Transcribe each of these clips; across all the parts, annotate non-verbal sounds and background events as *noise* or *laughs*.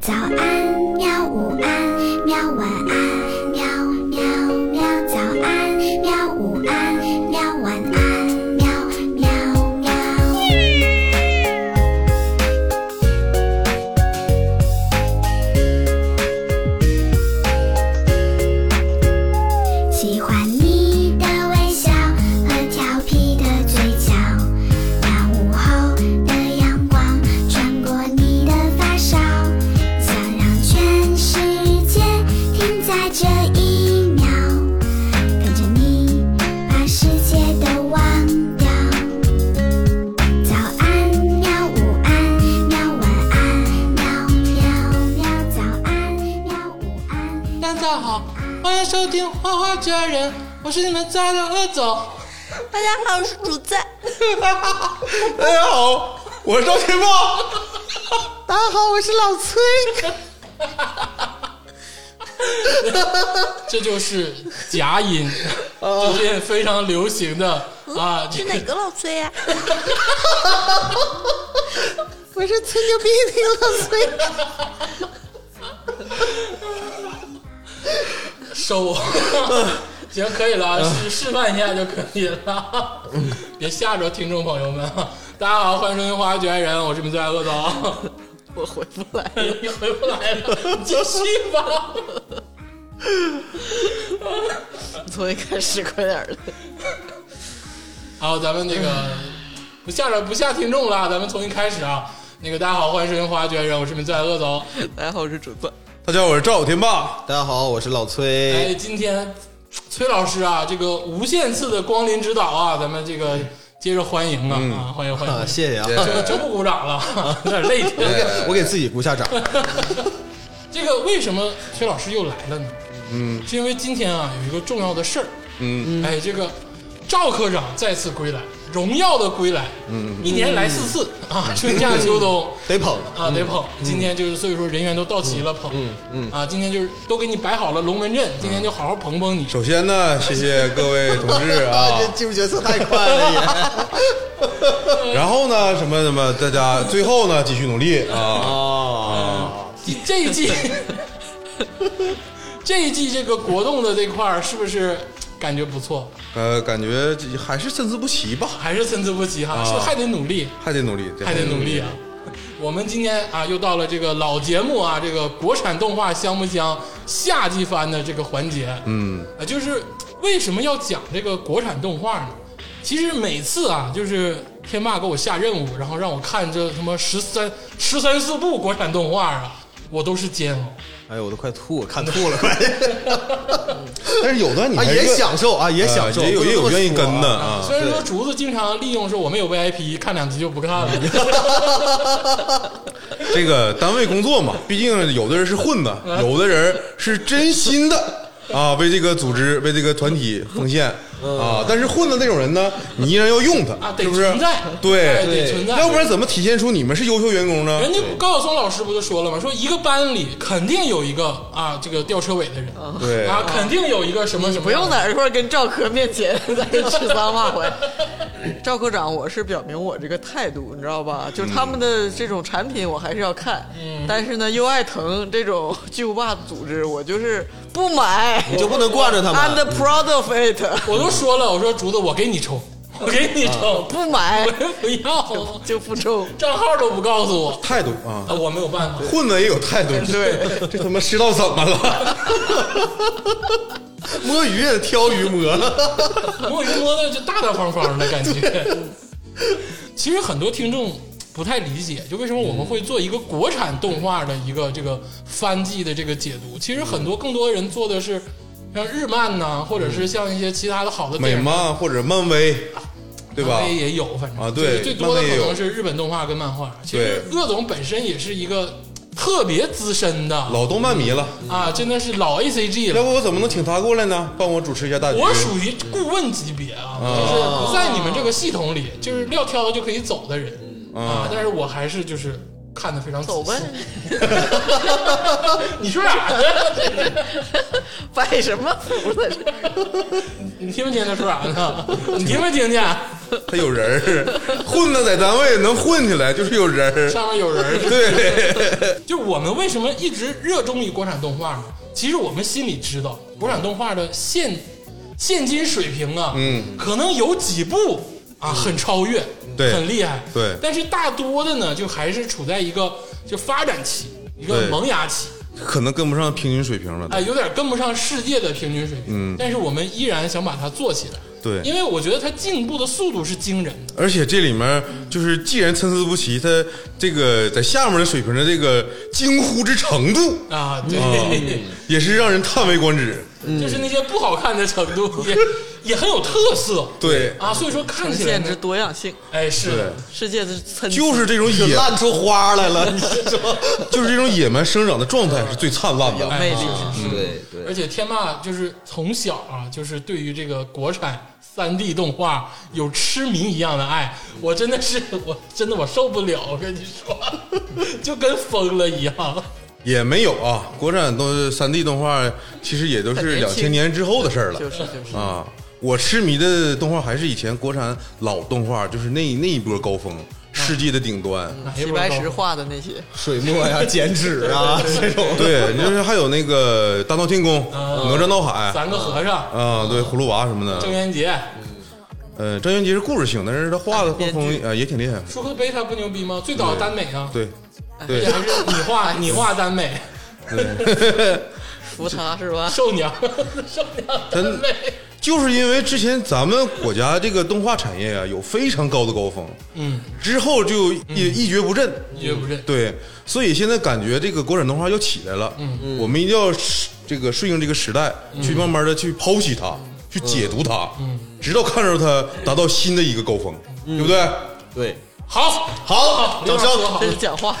早安喵，午安喵，晚安喵喵喵，早安喵，午安喵，晚安喵喵喵。喜欢你的微笑和调皮的嘴角，那午后的阳光穿过你的发梢。想让全世界停在这一秒，跟着你把世界都忘掉。早安喵，午安喵，晚安喵喵喵，早安喵，午安。大家好，欢迎收听《花花家人》，我是你们家的恶总。大家好，我是主赞。大家好，我是赵天霸。大家啊好，我是老崔。这就是假 *laughs* 音，啊最近非常流行的啊，这是哪个老崔呀、 *laughs* 我是吹牛逼的老崔。收。 *laughs* 行，可以了，啊示示范一下就可以了， *laughs* 别吓着听众朋友们啊。大家好，欢迎收听《花花家人》，我是你们最爱恶 *laughs* 总。我回不来。你回不来了，你继续吧。从一开始快点儿的。好，咱们那 *laughs* 个不吓着不吓听众了，咱们重新开始啊。那个大家好，欢迎收听《花花绝人》，我是你们最爱恶总。大家好，我是主赞。大家好，我是赵天霸。大家好，我是老哎，崔。今天崔老师啊，这个无限次的光临指导啊，咱们这个接着欢迎啊，嗯啊欢迎欢迎，啊，谢谢啊！就就不鼓掌 *laughs* 了，有点累我挺。给我给自己鼓 *laughs* 下掌。这个为什么崔老师又来了呢？嗯，是因为今天啊有一个重要的事儿。嗯，哎，这个赵科长再次归来，荣耀的归来。嗯，一年来四次啊，春夏秋冬。嗯得捧，啊，得捧。今天就是所以说人员都到齐了，捧。嗯嗯啊，今天就是都给你摆好了龙门阵，今天就好好捧捧 *laughs* 你。首先呢，谢谢各位同志 *laughs* 啊。这进入角色太快了 *laughs* 也。然后呢，什么什么，大家最后呢，继续努力啊。哦，这一季， *laughs* 这一季这个国动的这块儿是不是感觉不错？呃，感觉这还是参差不齐吧，还是参差不齐哈，啊是不是还得努力，还得努力，还得努力啊。我们今天啊，又到了这个老节目啊，这个国产动画香不香夏季番的这个环节。嗯，啊，就是为什么要讲这个国产动画呢？其实每次啊，就是天霸给我下任务，然后让我看这他妈十三十三四部国产动画啊，我都是煎熬。哎呦，我都快吐，我看吐了，快！ *laughs* 但是有的你啊，还也愿享受啊，也呃享受，也有也有不能这么愿意说跟的啊。啊。虽然说竹子经常利用说我们有 VIP，看两集就不看 *laughs* 了，这个单位工作嘛，毕竟有的人是混的，啊有的人是真心的啊，为这个组织、为这个团体奉献啊。但是混的那种人呢，你依然要用他，嗯啊，得是不是存？在，哎对，得存在，要不然怎么体现出你们是优秀员工呢？人家高晓松老师不就说了吗？说一个班里肯定有一个啊，这个吊车尾的人，对，啊，肯定有一个什么什么，不用在这块儿跟赵科面前在这指桑骂槐。 *laughs* 赵科长，我是表明我这个态度，你知道吧？就是他们的这种产品，我还是要看。但是呢，优爱腾这种巨无霸组织，我就是不买。你就不能惯着他 I'm 们？ the proud of it，我都说了，我说竹子，我给你抽，我给你抽，不买我 *laughs* 不要，就不抽。账号都不告诉我，态度啊，啊，我没有办法。混的也有态度，对。这他妈世道怎 *laughs* 么了？摸鱼也挑鱼摸，摸鱼摸的就大大方方的感觉。 *laughs* 其实很多听众不太理解，就为什么我们会做一个国产动画的一个这个番季的这个解读。其实很多更多人做的是像日漫呐、或者是像一些其他的好的电美影漫或者漫威，对吧漫？威也有，反正啊对就是最多的漫威可也有能是日本动画跟漫画。其实鄂总本身也是一个特别资深的老动漫迷了，啊，真的是老 A C G 要了。不我怎么能请他过来呢？帮我主持一下大局。我属于顾问级别啊，就是不在你们这个系统里，就是撂挑子就可以走的人啊。但是我还是就是看的非常仔细走吧，你说啥呢？摆什么谱在这？ *laughs* 你听没听他说啥呢？你听没听见？他有人儿，混的在单位能混起来就是有人儿。上面有人儿。对，就我们为什么一直热衷于国产动画呢？其实我们心里知道，国产动画的现现今水平啊，嗯，可能有几部啊很超越，对很厉害，对但是大多的呢，就还是处在一个就发展期，一个对萌芽期，可能跟不上平均水平了。啊、有点跟不上世界的平均水平。嗯但是我们依然想把它做起来，对因为我觉得它进步的速度是惊人的。而且这里面就是，既然参差不齐，他这个在下面的水平的这个惊呼之程度啊， *laughs* 对，啊，也是让人叹为观止。就是那些不好看的程度也也很有特色，对，啊，所以说看起来限呢 *laughs* 制多样性，哎，是的，世界的参差 *laughs* 就是这种 *laughs* 就野，烂出花来 *laughs* 了，你是说？就是这种野蛮生长的状态是最灿 *laughs* 烂的。魅力。啊对而对，且天霸就是从小啊，就是对于这个国产三 D 动画有痴迷一样的爱，我真的是，我真的我受不了，我跟你说，就跟疯了一样。也没有啊，国产都三 D 动画其实也都是很两年轻千年之后的事儿了。就是就是啊，我痴迷的动画还是以前国产老动画，就是那那一波高峰，世界的顶端。哪一齐波白高石画的那些，水墨 *laughs* 呀、剪纸啊这种， *laughs* 对，就是还有那个《大闹天宫》啊哪吒闹海》三个和尚，啊，对，《葫芦娃》什么郑的。渊洁，呃，张元杰是故事性，但是他画的画编剧风啊也挺厉害。舒克贝塔不牛逼吗？最早的耽美啊，对，也对，还是你画你画耽美，扶他是吧？受娘受娘耽真美，就是因为之前咱们国家这个动画产业啊有非常高的高峰，嗯，之后就一一蹶不振。一蹶不振。对，所以现在感觉这个国产动画要起来了，嗯，我们一定要是这个顺应这个时代，去慢慢的去剖析它，去解读它，嗯，直到看到它达到新的一个高峰，对不对？对，好，好刘掌老师声说好这是讲话，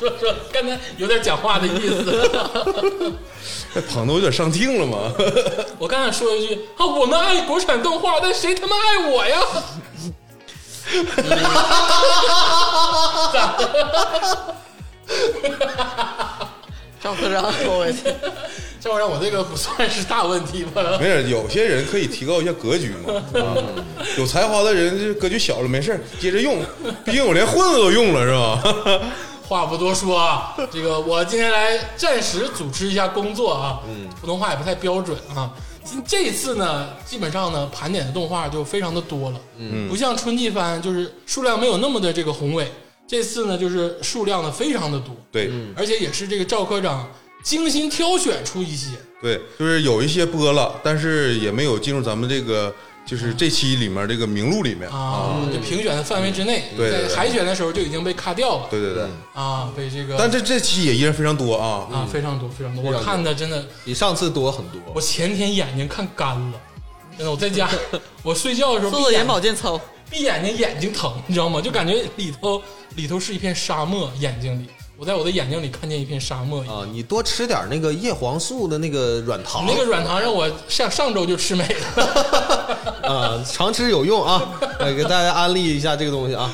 说说刚才有点讲话的意思。哎捧的我有点上听了嘛， *laughs* 我刚想说一句啊，我们爱国产动画，但谁他妈爱我呀？赵科长，我去， *laughs* 这玩意儿我这个不算是大问题吧？ *laughs* 没事，有些人可以提高一下格局 *laughs* 嘛，啊，有才华的人就格局小了没事儿接着用，毕竟我连混子都用了是吧？ *laughs* 话不多说啊，这个我今天来暂时组织一下工作啊，嗯，普通话也不太标准啊。今这一次呢，基本上呢盘点的动画就非常的多了，嗯，不像春季番就是数量没有那么的这个宏伟，这次呢就是数量呢非常的多，对而且也是这个赵科长精心挑选出一些，对，就是有一些播了，但是也没有进入咱们这个就是这期里面这个名录里面啊，就评选的范围之内，嗯对对对在海选的时候就已经被卡掉了，对对对，啊，被这个但这这期也依然非常多啊。啊非常多非常多，非我常多看的真的，比上次多很我多。前天眼睛看干了，真的，我在 *laughs* 家我睡觉的时候做闭做眼眼保健 *laughs* 操，闭眼睛眼睛疼，你知道吗？就感觉里头里头是一片沙漠，眼睛里，我在我的眼睛里看见一片沙漠一样。啊，你多吃点那个叶黄素的那个软糖，那个软糖让我上上周就吃没了，啊，常吃有 *laughs* 用啊。呃，给大家安利一下这个东西啊。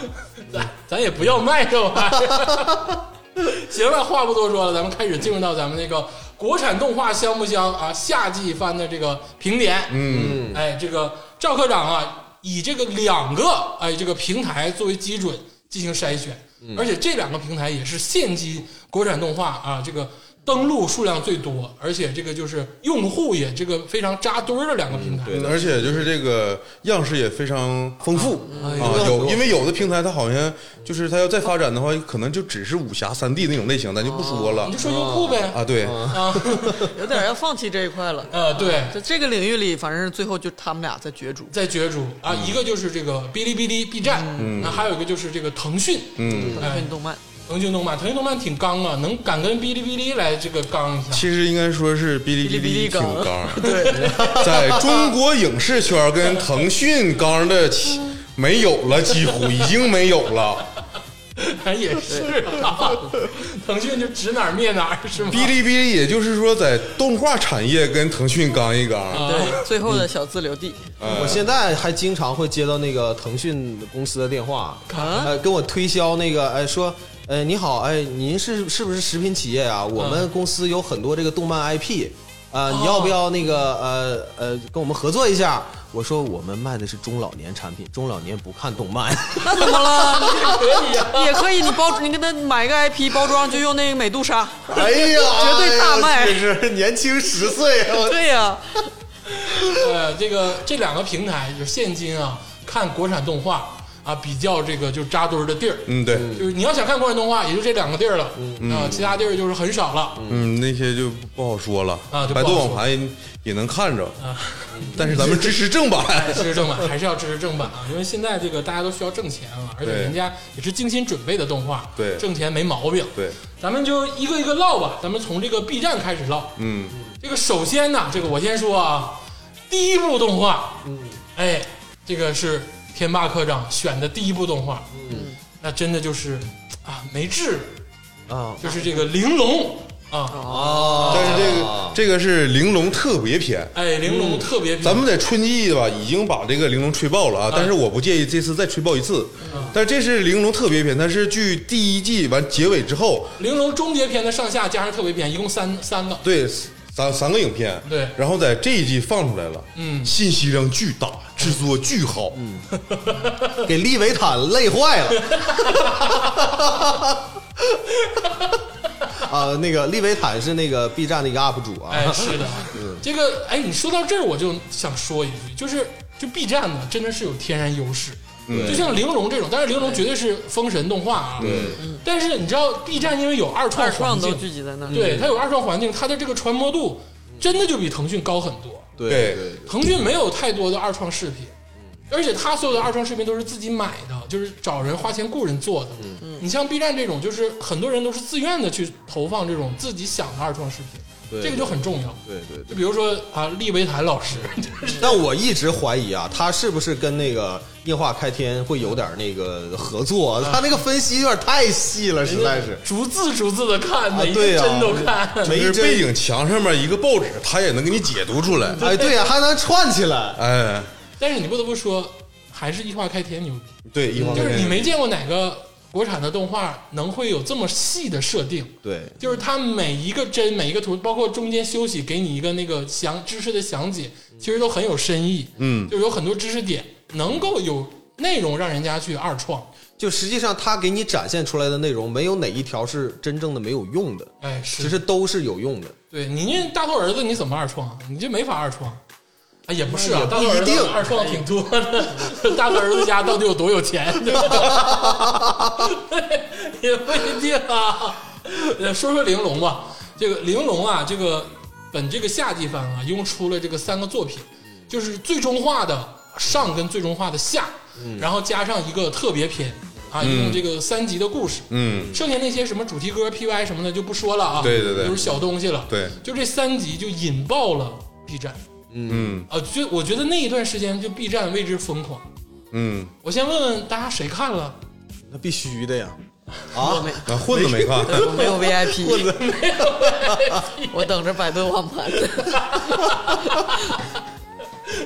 咱咱也不要卖这玩意儿。 *laughs* 行了，话不多说了，咱们开始进入到咱们那个国产动画香不香啊夏季番的这个评点。嗯，哎，这个赵科长啊，以这个两个哎这个平台作为基准进行筛选，嗯而且这两个平台也是现今国产动画啊这个登录数量最多，而且这个就是用户也这个非常扎堆儿的两个平台。嗯而且就是这个样式也非常丰富啊啊哎，有因为有的平台它好像就是它要再发展的话，可能就只是武侠三 D 那种类型，咱就不说了你就说优酷呗，啊。对，啊， *laughs* 有点要放弃这一块了。呃，对，在这个领域里，反正最后就他们俩在角逐。在角逐啊，嗯一个就是这个哔哩哔哩 B 站，那还有一个就是这个腾讯，嗯，腾哎讯动漫，腾讯动漫，腾讯动漫挺刚啊，能敢跟哔哩哔哩来这个刚一下。 *laughs* 其实应该说是哔哩哔哩哔哩挺刚刚， *laughs* 对，啊在中国影视圈跟腾讯刚的起没有了，几乎已经没有了。也是啊，腾讯就指哪儿灭哪儿是吗？哔哩哔哩也就是说在动画产业跟腾讯刚一刚，啊对，最后的小字留地，嗯我现在还经常会接到那个腾讯公司的电话，啊呃，跟我推销那个，哎，说，哎，你好，哎，您是是不是食品企业啊？我们公司哦有很多这个动漫 IP，呃，你要不要那个呃呃跟我们合作一下？我说我们卖的是中老年产品，中老年不看 *laughs* 动漫。那怎么 *laughs* 了？可以啊呀、也可以，你包你给他买一个 IP 包装，就用那个美杜莎。哎呀，绝对大卖这是年轻十岁。啊我对呀、呃，这个这两个平台就是现今啊，看国产动画啊，比较这个就扎堆儿的地儿。嗯，对，就是你要想看国产动画，也就这两个地儿了，啊，其他地儿就是很少了。嗯，那些就不好说了啊就不好百度说啊网盘也能看着，但是咱们支持正 *laughs* 版。支持正版还是要支持正版啊，因为现在这个大家都需要挣钱啊，而且对人家也是精心准备的动画，对挣钱没毛病。对，咱们就一个一个唠吧，咱们从这个 B 站开始唠。嗯，这个首先呢，这个我先说啊，第一部动画，嗯，哎，这个是天霸科长选的第一部动画，嗯，那真的就是啊，没治，啊就是这个玲珑啊，啊！但是这个这个是玲珑特别篇，哎，玲珑特别，嗯咱们在春季吧已经把这个玲珑吹爆了啊，但是我不介意这次再吹爆一次。啊但这是玲珑特别篇，它是距第一季完结尾之后，玲珑终结篇的上下加上特别篇，一共三三个，对三三个影片，对然后在这一季放出来了，嗯信息量巨大，制作巨好，嗯，给利维坦累坏 *laughs* 了。啊，那个利维坦是那个 B 站的一个 UP 主啊，哎， *laughs* 是的，这个哎，你说到这儿，我就想说一句，就是就 B 站呢，真的是有天然优势。嗯就像玲珑这种，但是玲�珑绝对是封神动画啊。但是你知道 B 站因为有二创嗯二环创都境，聚集在那儿。对它有二创环境，它的这个传播度真的就比腾讯高很多。对对对，腾讯没有太多的二创视频，嗯而且它所有的二创视频都是自己买的，就是找人花钱雇人做的。嗯你像 B 站这种，就是很多人都是自愿的去投放这种自己想的二创视频，对这个就很重要。对对就比如说啊，利维坦老师， *laughs* 但我一直怀疑啊，他是不是跟那个硬化开天会有点那个合作啊？他那个分析有点太细了，实在是。逐字逐字的看，每一对个呀帧都看。没就是真背景墙上面一个报纸，它也能给你解读出来。哎，对呀、还能串起来。哎， *laughs* 但是你不得不说，还是异化开天牛逼，对，一方就是面你没见过哪个国产的动画能会有这么细的设定。 *laughs* 对，就是它每一个帧、每一个图，包括中间休息，给你一个那个详知识的详解，其实都很有深意。嗯就是有很多知识点能够有内容让人家去二创。就实际上他给你展现出来的内容，没有哪一条是真正的没有用的，哎，是其实都是有用的。对你那大头儿子你怎么二创啊？你这没法二创。啊，也不是啊，也不大头儿一子定哎二创挺多的。大头儿子家到底有多有 *laughs* 钱？对吧也不一定啊。呃说说玲珑吧，这个玲珑啊，这个本这个夏季番啊，一共出了这个三个作品，嗯就是最终化的上跟最终化的下，嗯然后加上一个特别篇啊，一共这个三集的故事。嗯，剩下那些什么主题歌、PY 什么的就不说了啊，对对对都是小东西了。对就这三集就引爆了 B 站嗯啊，就我觉得那一段时间就 B 站为之疯狂。嗯，我先问问大家谁看了？那必须的呀！我啊，没啊，混子没看，我没有 VIP，我等着百度网盘。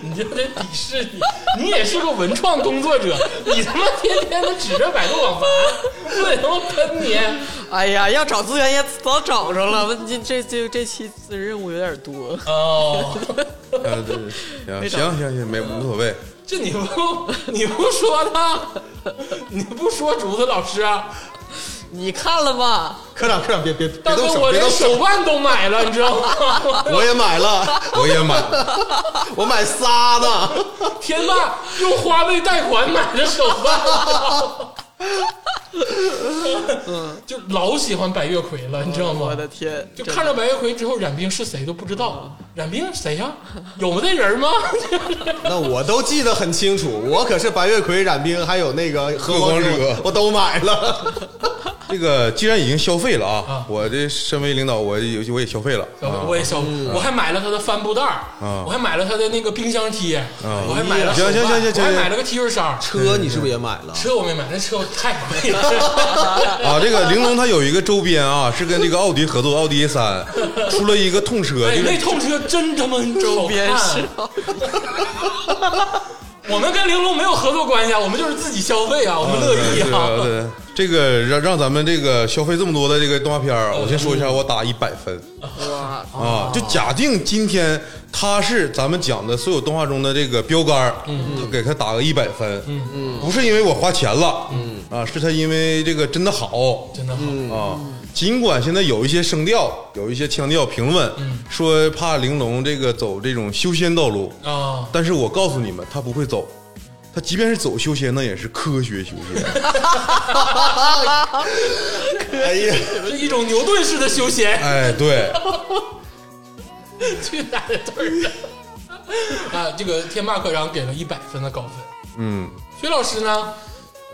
你就得鄙视你，你也是个文创工作者，你他妈天天的指着百度网盘，我得他妈喷你！ *laughs* 哎呀，要找资源也早找着了，问这这这这期任务有点多。哦，啊，对，行行行行，没无所谓，这你不你不说他，你不说竹子老师、啊，你看了吗？科长，科长，别别别大动哥手，我别连动手手，办都买了，你知道吗？我也买了，我也买了， *laughs* 我买仨呢。天霸用花呗贷款买的手办， *laughs* 就老喜欢白月葵了，你知道吗？嗯我的天，嗯就看着白月葵之后，冉冰是谁都不知道，冉冰谁呀、有这人吗？ *laughs* *laughs* 那我都记得很清楚，我可是白月葵、染冰，还有那个和和光光者者，我都买了。这个既然已经消费了啊啊，我这身为领导，我也我也消费了啊。我也小，我还买了他的帆布袋儿，啊我还买了他的那个冰箱贴，我还买了嗯行行行行行我还买了个 T 恤衫儿。 *laughs* 车你是不是也买 *laughs* 了？车我没买，那车我太贵 *laughs* 了。啊，*laughs* 这个玲珑它有一个周边啊，是跟这个奥迪合作，奥迪 *laughs* A 三出了一个痛车，哎，就那是痛车真他妈啊周周边是我们跟玲珑没有合作关系啊，我们就是自己消费啊，我们乐意对啊啊。对这个让让咱们这个消费这么多嗯的这个动画片儿，我先说一下，我打一百分哇，啊！就假定今天它是咱们讲的所有动画中的这个标杆儿，它给它打个一百分，嗯嗯，不是因为我花钱了，嗯啊，是它因为这个真的好， *laughs* 真的好，啊，尽管现在有一些声调，有一些腔调平稳，说怕玲珑这个走这种修仙道路，啊，但是我告诉你们，他不会走。他即便是走修仙，那也是科学修 *laughs* 仙。哎呀，是一种牛顿式的休闲， *laughs* 哎，对，去哪的腿儿 *laughs* 啊？这个天霸科长给了一百分的高分，嗯，薛老师呢？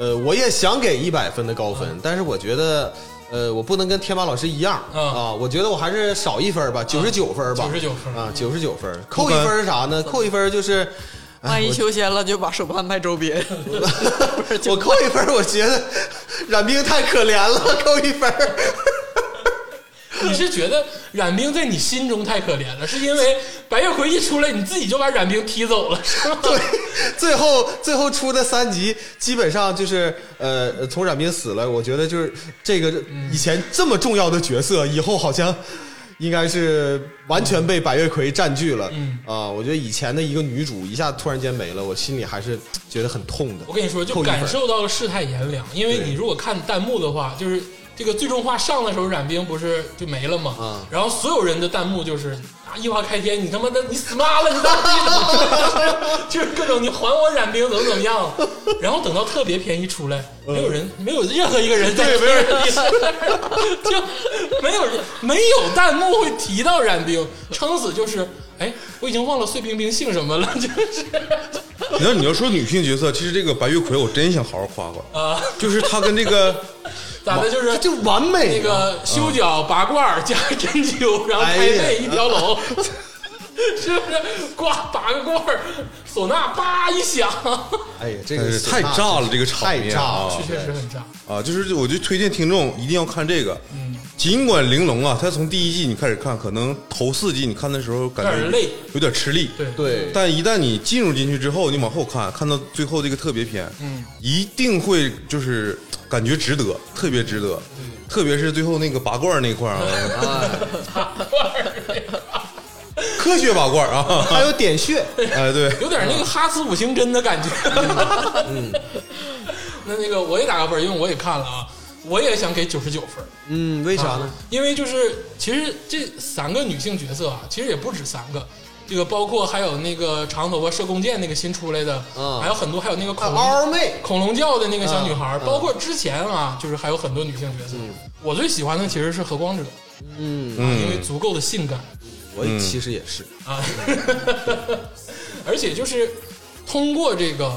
呃，我也想给一百分的高分，但是我觉得，呃，我不能跟天马老师一样、嗯啊，我觉得我还是少一分吧，九十九分吧， 99分啊，九十九分，扣一分是啥呢？扣一分就是，哎万一我修仙了，就把手办卖周 *laughs* 边。不是，就我扣一分，我觉得 *laughs* 冉冰太可怜了，扣一分。你是觉得冉冰在你心中太可怜了，是因为白月葵一出来，你自己就把冉冰踢走了，是吗？对， *laughs* 最后最后出的三集基本上就是呃，从冉冰死了，我觉得就是这个以前这么重要的角色，以后好像应该是完全被白月葵占据了。嗯啊，我觉得以前的一个女主一下突然间没了，我心里还是觉得很痛的我。跟你说，就扣一分感受到了世态炎凉，因为对你如果看弹幕的话，就是这个最终话上的时候，冉冰不是就没了吗？嗯然后所有人的弹幕就是啊，一花开天，你他妈的你死妈了，你咋地？ *laughs* 就是各种你还我冉冰怎么怎么样？然后等到特别篇一出来，没有人，没有任何一个人在嗯对没有人提 *laughs* 就没有人没有弹幕会提到冉冰，撑死就是哎，我已经忘了碎冰冰姓什么了，就是 *laughs* 你要你要说女性角色，其实这个白月葵，我真想好好夸夸，啊， *laughs* 就是她跟这个咋的就是这就完美那啊个修脚、拔罐儿加针灸，然后哎开呀背一条 *laughs* 龙，是不是？呱，拔个罐儿，唢呐叭一响，哎 *laughs* 呀，这但个是死太纳炸了这个场太面炸啊 *laughs* 了，确实很炸。啊，就是我就推荐听众一定要看这个。嗯尽管玲珑啊，她从第一季你开始看，可能头四季你看的时候感有觉点累，有点吃力。对，对，但一旦你进入进去之后，你往后看，看到最后这个特别篇，嗯，一定会就是感觉值得，特别值得，特别是最后那个拔罐儿那块儿啊， *laughs* 科学拔罐儿 *laughs* 啊，还有点穴，哎对，有点那个哈斯五星针的感觉。嗯 *laughs* 那那个我也打个分儿，因为我也看了啊，我也想给九十九分儿。嗯，为啥呢？啊因为就是其实这三个女性角色啊，其实也不止三个，这个包括还有那个长头发射弓箭那个新出来的，嗯啊还有很多，还有那个啊恐龙、嗷嗷妹恐龙教的那个小女孩儿，嗯嗯包括之前啊，就是还有很多女性角色。我最喜欢的其实是何光者，嗯，因为嗯，足够的性感我其实也是，啊， *laughs* 而且就是通过这个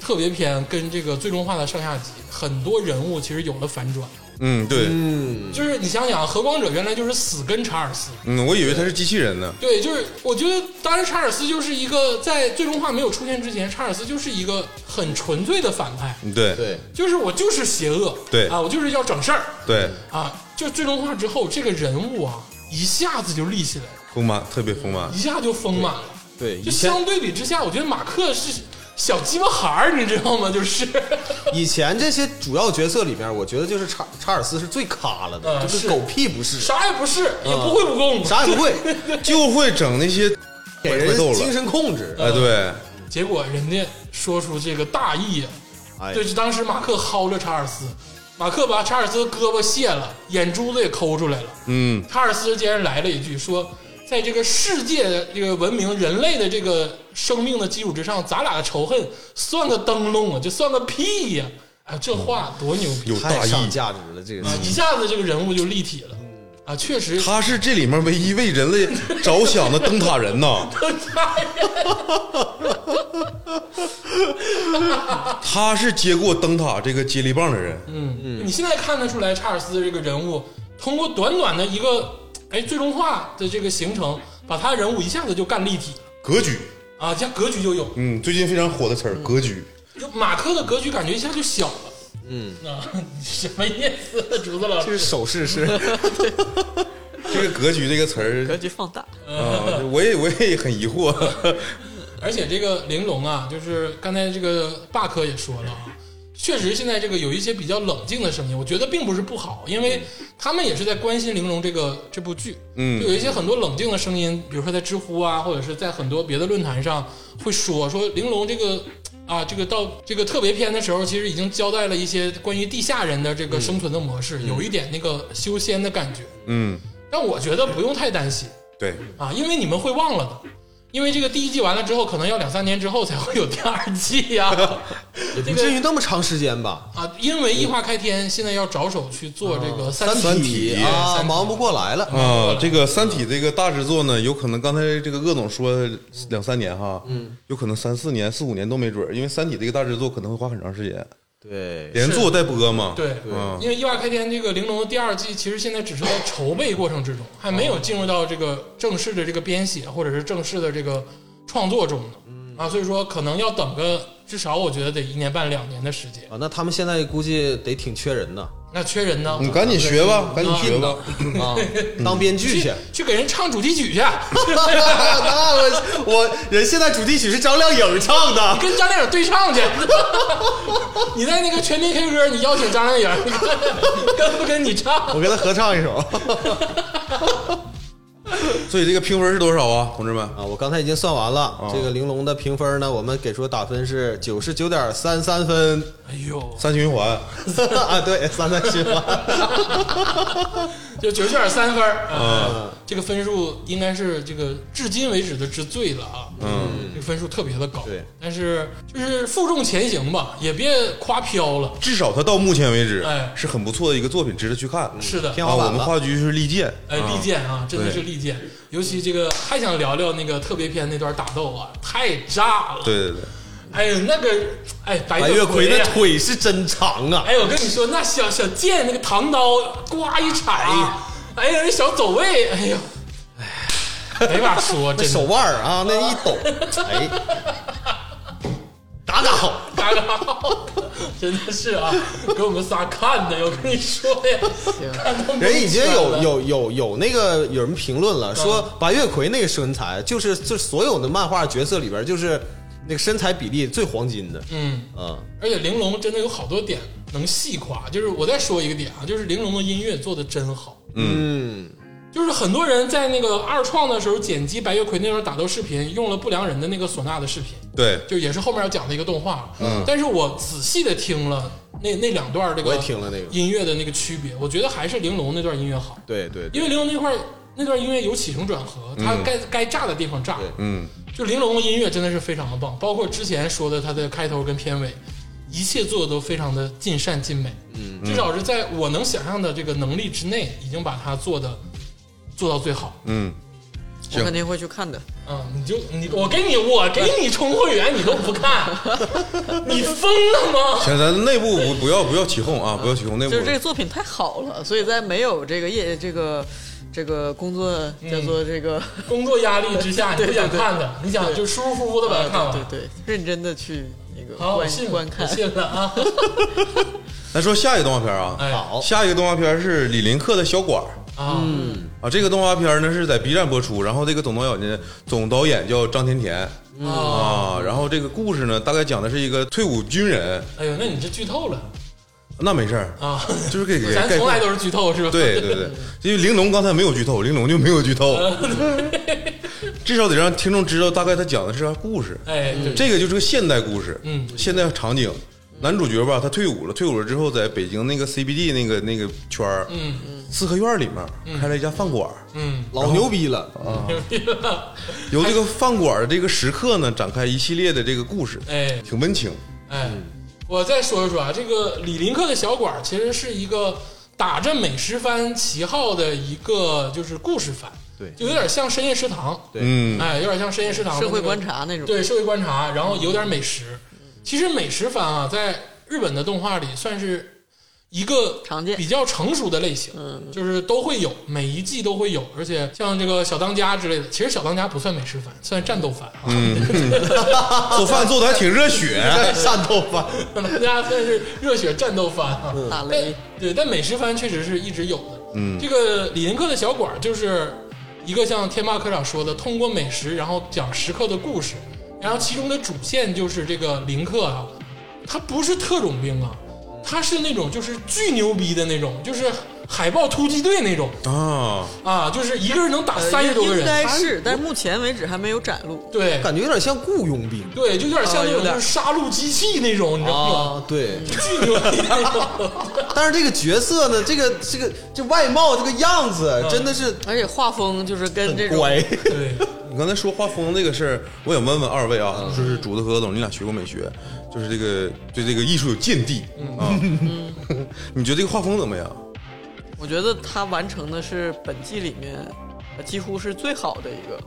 特别篇跟这个最终化的上下集，很多人物其实有了反转。嗯对，嗯，就是你想想，何光者原来就是死跟查尔斯，嗯，我以为他是机器人呢，对，就是我觉得，当然查尔斯就是一个在最终化没有出现之前，查尔斯就是一个很纯粹的反派，嗯对对，就是我就是邪恶，对啊，我就是要整事儿对，啊。就最终化之后，这个人物啊，一下子就立起来了，丰满，特别丰满一，下就丰满了。对，就以前相对比之下，我觉得马克是小鸡巴孩儿，你知道吗？就是， *laughs* 以前这些主要角色里面，我觉得就是查查尔斯是最卡了的，嗯就是是狗屁不是，啥也不是，也不会武功，嗯啥也 *laughs* 不会，就会整那些给太人逗精了，神控制。呃哎对，结果人家说出这个大义啊，哎，对，当时马克薅着查尔斯，马克把查尔斯胳膊卸了，眼珠子也抠出来了。嗯查尔斯竟然来了一句说，在这个世界的这个文明、人类的这个生命的基础之上，咱俩的仇恨算个灯笼啊，就算个屁呀、啊！这话多牛逼！有太大上义，价值了，这个一下子这个人物就立体了啊，确实他是这里面唯一为人类着想的灯塔人呐。 *laughs* 他是接过灯塔这个接力棒的人，你现在看得出来，查尔斯这个人物通过短短的一个哎最终化的这个形成，把他人物一下子就干立体格局，啊，这样格局就有了。嗯，最近非常火的词儿，格局。就马克的格局感觉一下就小了。嗯啊， *laughs* 你什么意思，竹子老这师？个手势 *laughs* 是这个格局这个词格儿局放大，啊，我也我也很疑惑。 *laughs* 而且这个玲珑啊，就是刚才这个霸科也说了啊，确实现在这个有一些比较冷静的声音，我觉得并不是不好，因为他们也是在关心《玲珑》这个这部剧，嗯就有一些很多冷静的声音，比如说在知乎啊，或者是在很多别的论坛上会说说《玲珑》这个。啊，这个到这个特别篇的时候，其实已经交代了一些关于地下人的这个生存的模式，有一点那个修仙的感觉。嗯，但我觉得不用太担心，对，啊，因为你们会忘了的，因为这个第一季完了之后，可能要两三年之后才会有第二季呀、啊。也这不个至于那么长时间 *laughs* 吧？因为异化开天现在要着手去做这个三三体体啊，三体忙不过来了。啊，这个《三体》这个大制作呢，有可能刚才这个鄂总说两三年哈，嗯，有可能三四年、四五年都没准儿，因为《三体》这个大制作可能会花很长时间，对，连做带播嘛。对，嗯因为异化开天这个玲珑的第二季，其实现在只是在筹备过程之中，还没有进入到这个正式的这个编写或者是正式的这个创作中呢。啊，所以说可能要等个至少我觉得得一年半两年的时间。啊，那他们现在估计得挺缺 *laughs* 人的那缺人呢？你赶紧学吧，赶紧学 *laughs* 吧。啊，当编剧去 *laughs* 去。去给人唱主题曲去，啊那我我人现在主题曲是张靓颖唱的，跟张靓颖对唱去。 *laughs* 你在那个全民 K 歌，你邀请张靓颖， *laughs* 你看跟不跟你唱？我跟他合唱一首 *laughs* 所以这个评分是多少啊，同志们？啊！我刚才已经算完啊了，这个玲珑的评分呢，我们给出的打分是九十九点三三分 *laughs* 哎呦，三循环，啊，对，三三循环，就九十点三分儿嗯啊，这个分数应该是这个至今为止的之最了啊。嗯，这个分数特别的高。对，但是就是负重前行吧，也别夸飘了。至少它到目前为止哎嗯是很不错的一个作品，值得去看。是的，天啊，花我板们了。话剧是利剑，嗯哎，利剑啊，真的是对利剑。尤其这个还想聊聊那个特别篇那段打斗啊，太炸了。对对对，哎呦，那个，哎，白白月葵呀的腿是真长啊！哎，我跟你说，那小小剑那个唐刀，呱一踩，啊哎呀，那小走位，哎呦，没法说，哎 *laughs* 那真手的。腕儿啊，那一抖，哎，打打好。嘎嘎，真的 *laughs* 是啊，给我们仨看的，我跟你说呀，看都人已经蒙有圈了有有有那个有人评论了，说嗯白月葵那个身材就是就是所有的漫画角色里边就是那个身材比例最黄金的，嗯，嗯，而且玲珑真的有好多点能细夸，就是我再说一个点啊，就是玲珑的音乐做的真好，嗯，就是很多人在那个二创的时候剪辑白月葵那段打斗视频，用了不良人的那个唢呐的视频，对，就也是后面要讲的一个动画。嗯，但是我仔细的听了那那两段这个，我也听了那个音乐的那个区别，我觉得还是玲珑那段音乐好，对对因为玲珑那块儿那段音乐有起承转合，嗯它该、该炸的地方炸。嗯，就玲珑的音乐真的是非常的棒，包括之前说的它的开头跟片尾，一切做的都非常的尽善尽美。嗯，至少是在我能想象的这个能力之内，已经把它做的做到最好。嗯，我肯定会去看的。嗯，你就你我给你我给你充会员，你都不 *laughs* 看，你疯了吗？行，咱内部不不要不要起哄啊，不要起哄，内部就是这个作品太好了，所以在没有这个业这个这个工作叫做这个，工作压力之下，你不想看的，你想就舒舒服服的把它看完。对 *laughs* 对，认真的去那个好，我观信了观看我。信了 *laughs* 啊！咱说下一个动画片啊，哎好下一个动画片是李林克的小馆儿啊，嗯啊，这个动画片呢是在 B 站播出，然后这个总导演呢，总导演叫张甜甜啊，啊，然后这个故事呢大概讲的是一个退伍军人，哎呦，那你这剧透了那没事儿，啊！就是给给咱概从括来都是剧透是吧？对对对，因为玲珑刚才没有剧透，玲珑就没有剧 *laughs* 透，至少得让听众知道大概他讲的是啥故事。哎，对，这个就是个现代故事，嗯现代场景。男主角吧，他退伍了，退伍了之后，在北京那个 CBD 那个那个圈儿，嗯嗯，四合院里面开了一家饭馆儿，嗯，老牛逼了， *laughs* 由这个饭馆的这个食客呢，展开一系列的这个故事，嗯哎挺温情。哎，我再说一说啊，这个李林克的小馆儿其实是一个打着美食番旗号的一个就是故事番，对就有点像深夜食堂，对， *laughs* 嗯，哎，有点像深夜食堂的社会那个观察那种对社会观察，然后有点美食。其实美食番啊，在日本的动画里算是一个常见嗯比较成熟的类型，就是都会有，每一季都会有，而且像这个小当家之类的，其实小当家不算美食番，算战斗番啊。做饭做的还挺热 *laughs* 血，战斗吧， *laughs* 小当家算是热血战斗番啊。打但雷，对，但美食番确实是一直有的。嗯，这个李林克的小馆儿就是一个像天霸科长说的，通过美食，然后讲食客的故事，然后其中的主线就是这个林克啊，他不是特种兵啊，他是那种就是巨牛逼的那种，就是海豹突击队那种 *laughs* 啊，啊，就是一个人能打三十多个呃应人，该是，但是目前为止还没有展露。对感觉有点像雇佣兵对，就有点像那啊有种点哦就是杀戮机器那种，你知道吗？啊，对。巨牛逼那种， *laughs* 但是这个角色呢，这个这个这外貌这个样子嗯真的是而且画风就是跟这种乖，对，你刚才说画风这个事儿，我想问问二位啊，嗯就是竹子和何总，你俩学过美学，就是这个对这个艺术有见地嗯啊。 *laughs* 你觉得这个画风怎么样？我觉得他完成的是本季里面呃几乎是最好的一个，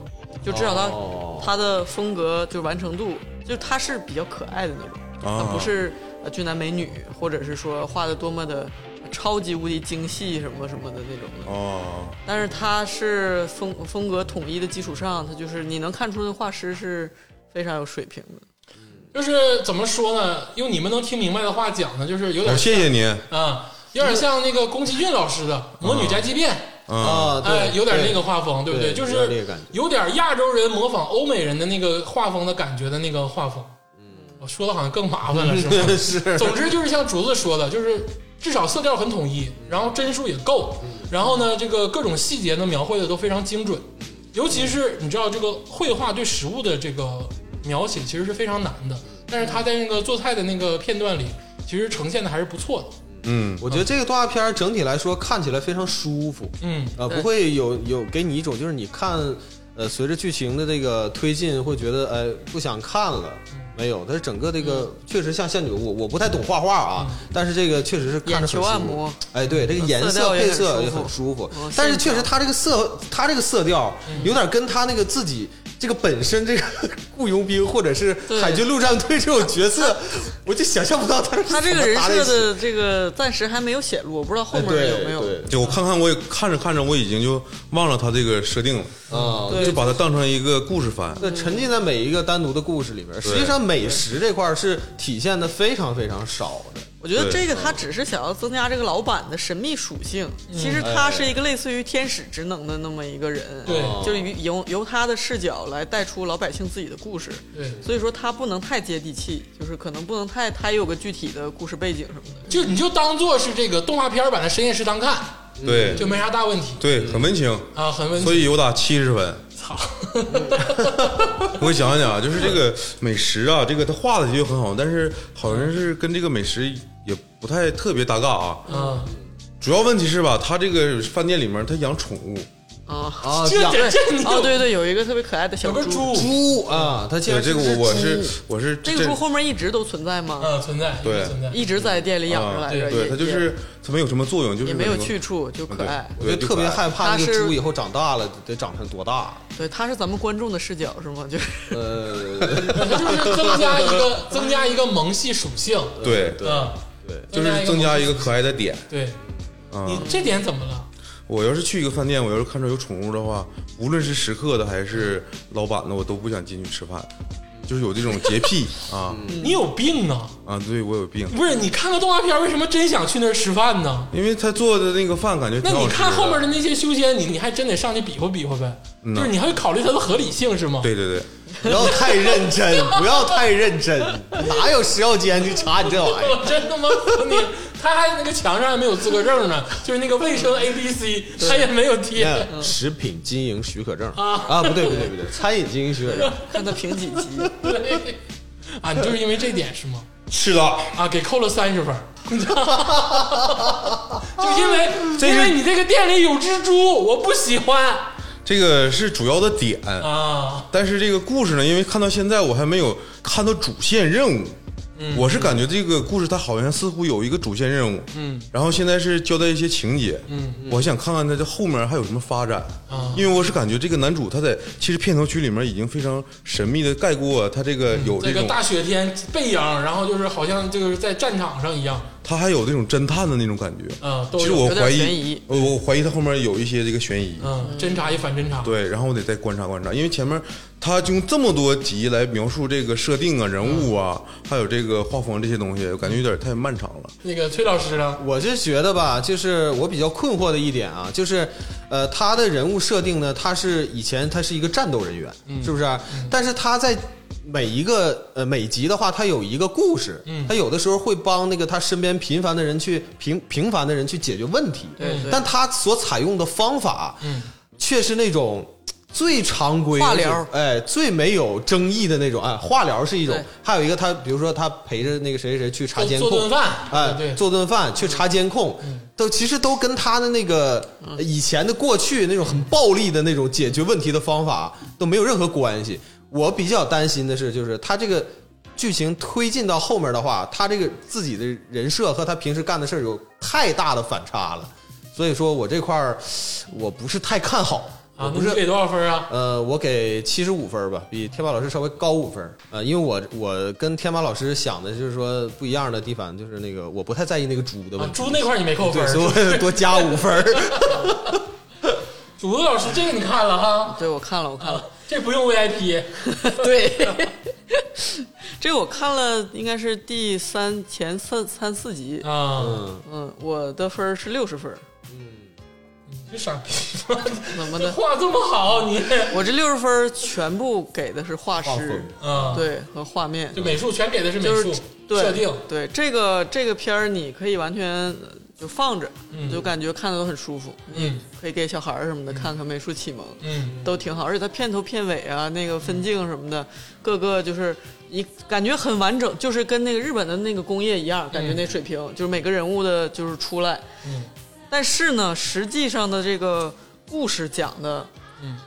就至少他、哦他的风格就完成度，就他是比较可爱的那种，啊他不是呃俊男美女，或者是说画的多么的超级无敌精细什么什么的那种的。哦，但是他是风风格统一的基础上，他就是你能看出那画师是非常有水平的。就是怎么说呢？用你们能听明白的话讲呢，就是有好，点哎谢谢你啊，有点像那个宫崎骏老师的《魔女宅急便》。啊。啊，哎，对，有点对那个画风，对不对就有是点那个感觉有点亚洲人模仿欧美人的那个画风的感觉的那个画风。嗯，我说的好像更麻烦了，是吗？ *laughs* 是总之就是像竹子说的，就是至少色调很统嗯一，然后帧数也够，然后呢，这个各种细节呢描绘的都非常精准，嗯尤其是你知道这个绘画对实物的这个描写其实是非常难嗯的，但是他在那个做菜的那个片段里，其实呈现的还是不错的。嗯，我觉得这个动画片儿整体来说看起来非常舒服，嗯，啊，对不会有有给你一种就是你看，呃，随着剧情的这个推进，会觉得哎不想看了。嗯没有，但是整个这个、确实像像你我我不太懂画画啊，但是这个确实是看着很嗯舒眼球服按摩，嗯哎，对这个颜色色调也配很色舒也服很舒服嗯，但是线确实条它这个色它这个色调嗯有点跟他那个自己这个本身这个雇佣兵或者是对海军陆战队这种角 *laughs* 色，我就想象不到他是他这个怎么人搭在一设起的这个暂时还没有显露，我不知道后哎面对有没有。对就我看看，我也看着看着，我已经就忘了他这个设定了，啊，对就把它当成一个故事翻。对，沉浸在每一个单独的故事里边。实际上，美食这块儿是体现的非常非常少的。我觉得这个他只是想要增加这个老板的神秘属性，其实他是一个类似于天使职能的那么一个人，对就是由由他的视角来带出老百姓自己的故事，对，所以说他不能太接地气，就是可能不能太他有个具体的故事背景什么的。就你就当做是这个动画片版的《深夜食堂》看，对就没啥大问题对，很温情，啊，很温所馨。以有打七十分。操，我想想啊，就是这个美食啊，这个他画的就很好，但是好像是跟这个美食也不太特别搭嘎啊。嗯，主要问题是吧，他这个饭店里面他养宠物，啊，啊，这养这这你哦，对对，有一个特别可爱的小有个猪，猪，猪啊，他对竟然这个是我我只猪是我是这个猪后面一直都存在吗？嗯，存在，有对存在。一直在店里养着啊，来着，对也它就是它没有什么作用，就是也没有那个去处，就可爱。我就对，特别害怕。怕它那个是猪以后长大了得长成多大？对，他是咱们观众的视角是吗？ *laughs* 就是呃，就是增加一个增加一个萌系属性，对，嗯，对，就是增加一个嗯可爱的点。对，你这点怎么了？我要是去一个饭店，我要是看着有宠物的话，无论是食客的还是老板的，我都不想进去吃饭，就是有这种洁癖啊你有病啊！啊！对我有病，不是，你看个动画片，为什么真想去那儿吃饭呢？因为他做的那个饭感觉那挺好你吃看后面的那些修仙，你你还真得上去比划比划呗，嗯呐就是你还会考虑它的合理性是吗？对对对，不要太认真，不要太认真，哪有食药监去查你这玩意儿？ *laughs* 我真他妈服你！他还那个墙上还没有资格证呢，就是那个卫生 A B C，他也没有贴。那食品经营许可证啊，不对不对不对，餐饮经营许可证。看他评几集，对 *laughs* 啊，你就是因为这点是吗？是的，啊，给扣了三十分儿， *laughs* 就因为这是因为你这个店里有蜘蛛，我不喜欢这个是主要的点。啊。但是这个故事呢，因为看到现在我还没有看到主线任务，我是感觉这个故事它好像似乎有一个主线任务，嗯，然后现在是交代一些情节，嗯，我想看看它这后面还有什么发展，啊因为我是感觉这个男主他在其实片头曲里面已经非常神秘的概括他这个有嗯这这个种，大雪天背影，然后就是好像就是在战场上一样，他还有这种侦探的那种感觉，嗯都其实有我有点怀悬疑疑，我我怀疑他后面有一些这个悬疑，嗯，侦查也反侦查，对，然后我得再观察观察，因为前面他用这么多集来描述这个设定啊、人物啊，还有这个画风这些东西，我感觉有点太漫长了。那个崔老师呢？我是觉得吧，就是我比较困惑的一点啊，就是，呃，嗯他的人物设定呢，他是以前他是一个战斗人员，是不是啊、但是他在每一个呃每集的话，它有一个故事，嗯他有的时候会帮那个他身边平凡的人去平平凡的人去解决问题，对对但他所采用的方法，啊嗯，却是那种。最常规化疗哎，最没有争议的那种，哎，化疗是一种对，还有一个他，比如说他陪着那个谁谁谁去查监控，做做顿饭哎，对对嗯做顿饭去查监控，都其实都跟他的那个以前的过去那种很暴力的那种解决问题的方法都没有任何关系。我比较担心的是，就是他这个剧情推进到后面的话，他这个自己的人设和他平时干的事儿有太大的反差了，所以说我这块儿我不是太看好。我啊，那不你是给多少分啊？呃，我给七十五分儿吧，比天霸老师稍微高五分儿。呃，因为我我跟天霸老师想的就是说不一样的地方，就是那个我不太在意那个猪的啊问，题，猪那块儿你没扣分对，儿，所以我多加五 *laughs* 分儿。主子老师这个你看了哈，啊对，我看了，*laughs* 我看了，这不用 VIP，对， *laughs* 这我看了，应该是第三前三三四集。啊，嗯，嗯，我的分儿是六十分儿，你这傻逼吧，怎 *laughs* 么这的？画这么好你，我这六十分儿全部给的是画画师风，啊，，哦对和画面，就美术全给的是美就是术对设定，对这个这个片儿，你可以完全呃就放着，就感觉看的都很舒服。嗯可以给小孩儿什么的看看美术启蒙，嗯，都挺好。而且它片头片尾啊，那个分镜什么的，各个就是一感觉很完整，就是跟那个日本的那个工业一样，感觉那水平、就是每个人物的就是出来。嗯，但是呢，实际上的这个故事讲的，嗯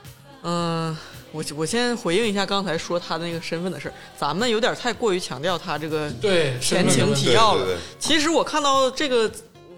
嗯我我先回应一下刚才说他的那个身份的事儿，咱们有点太过于强调他这个对，前身份情的问题提要了对对对。其实我看到这个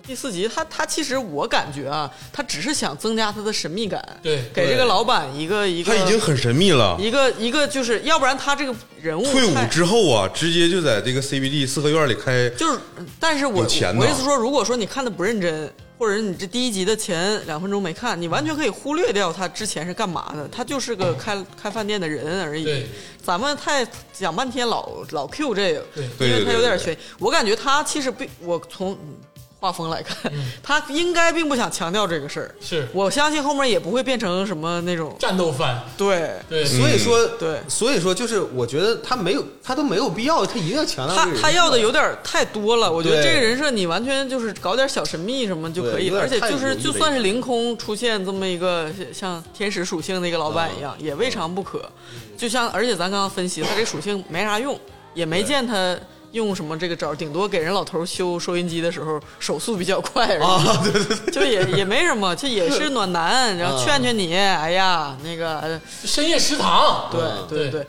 第四集，他他其实我感觉啊，他只是想增加他的神秘感，对给这个老板一个一个，他已经很神秘了。一个一个就是，要不然他这个人物退伍太之后啊，直接就在这个 CBD 四合院里开，就是，但是我有钱呐我意思说，如果说你看的不认真，或者是你这第一集的前两分钟没看，你完全可以忽略掉他之前是干嘛的，他就是个开开饭店的人而已对。咱们太讲半天老老 Q 这个，对对因为对他对有点对悬疑。我感觉他其实并我从嗯画风来看，他应该并不想强调这个事儿。嗯是我相信后面也不会变成什么那种战斗番，对。对，所以说，嗯对所以说就是我觉得他没有，他都没有必要，他一定要强调他这个他人要的有点儿太多了，我觉得对这个人设你完全就是搞点小神秘什么就可以了，对有而且点太就是有意思就算是凌空出现这么一个像天使属性的一个老板嗯一样，也未尝不可。就像而且咱刚刚分析，他这属性没啥用，也没见他用什么这个招儿，顶多给人老头儿修收音机的时候手速比较快而已。啊，对对对，就也也没什么，就也是暖男，然后劝劝你，哎呀，那个呃深夜食堂，嗯对对对对。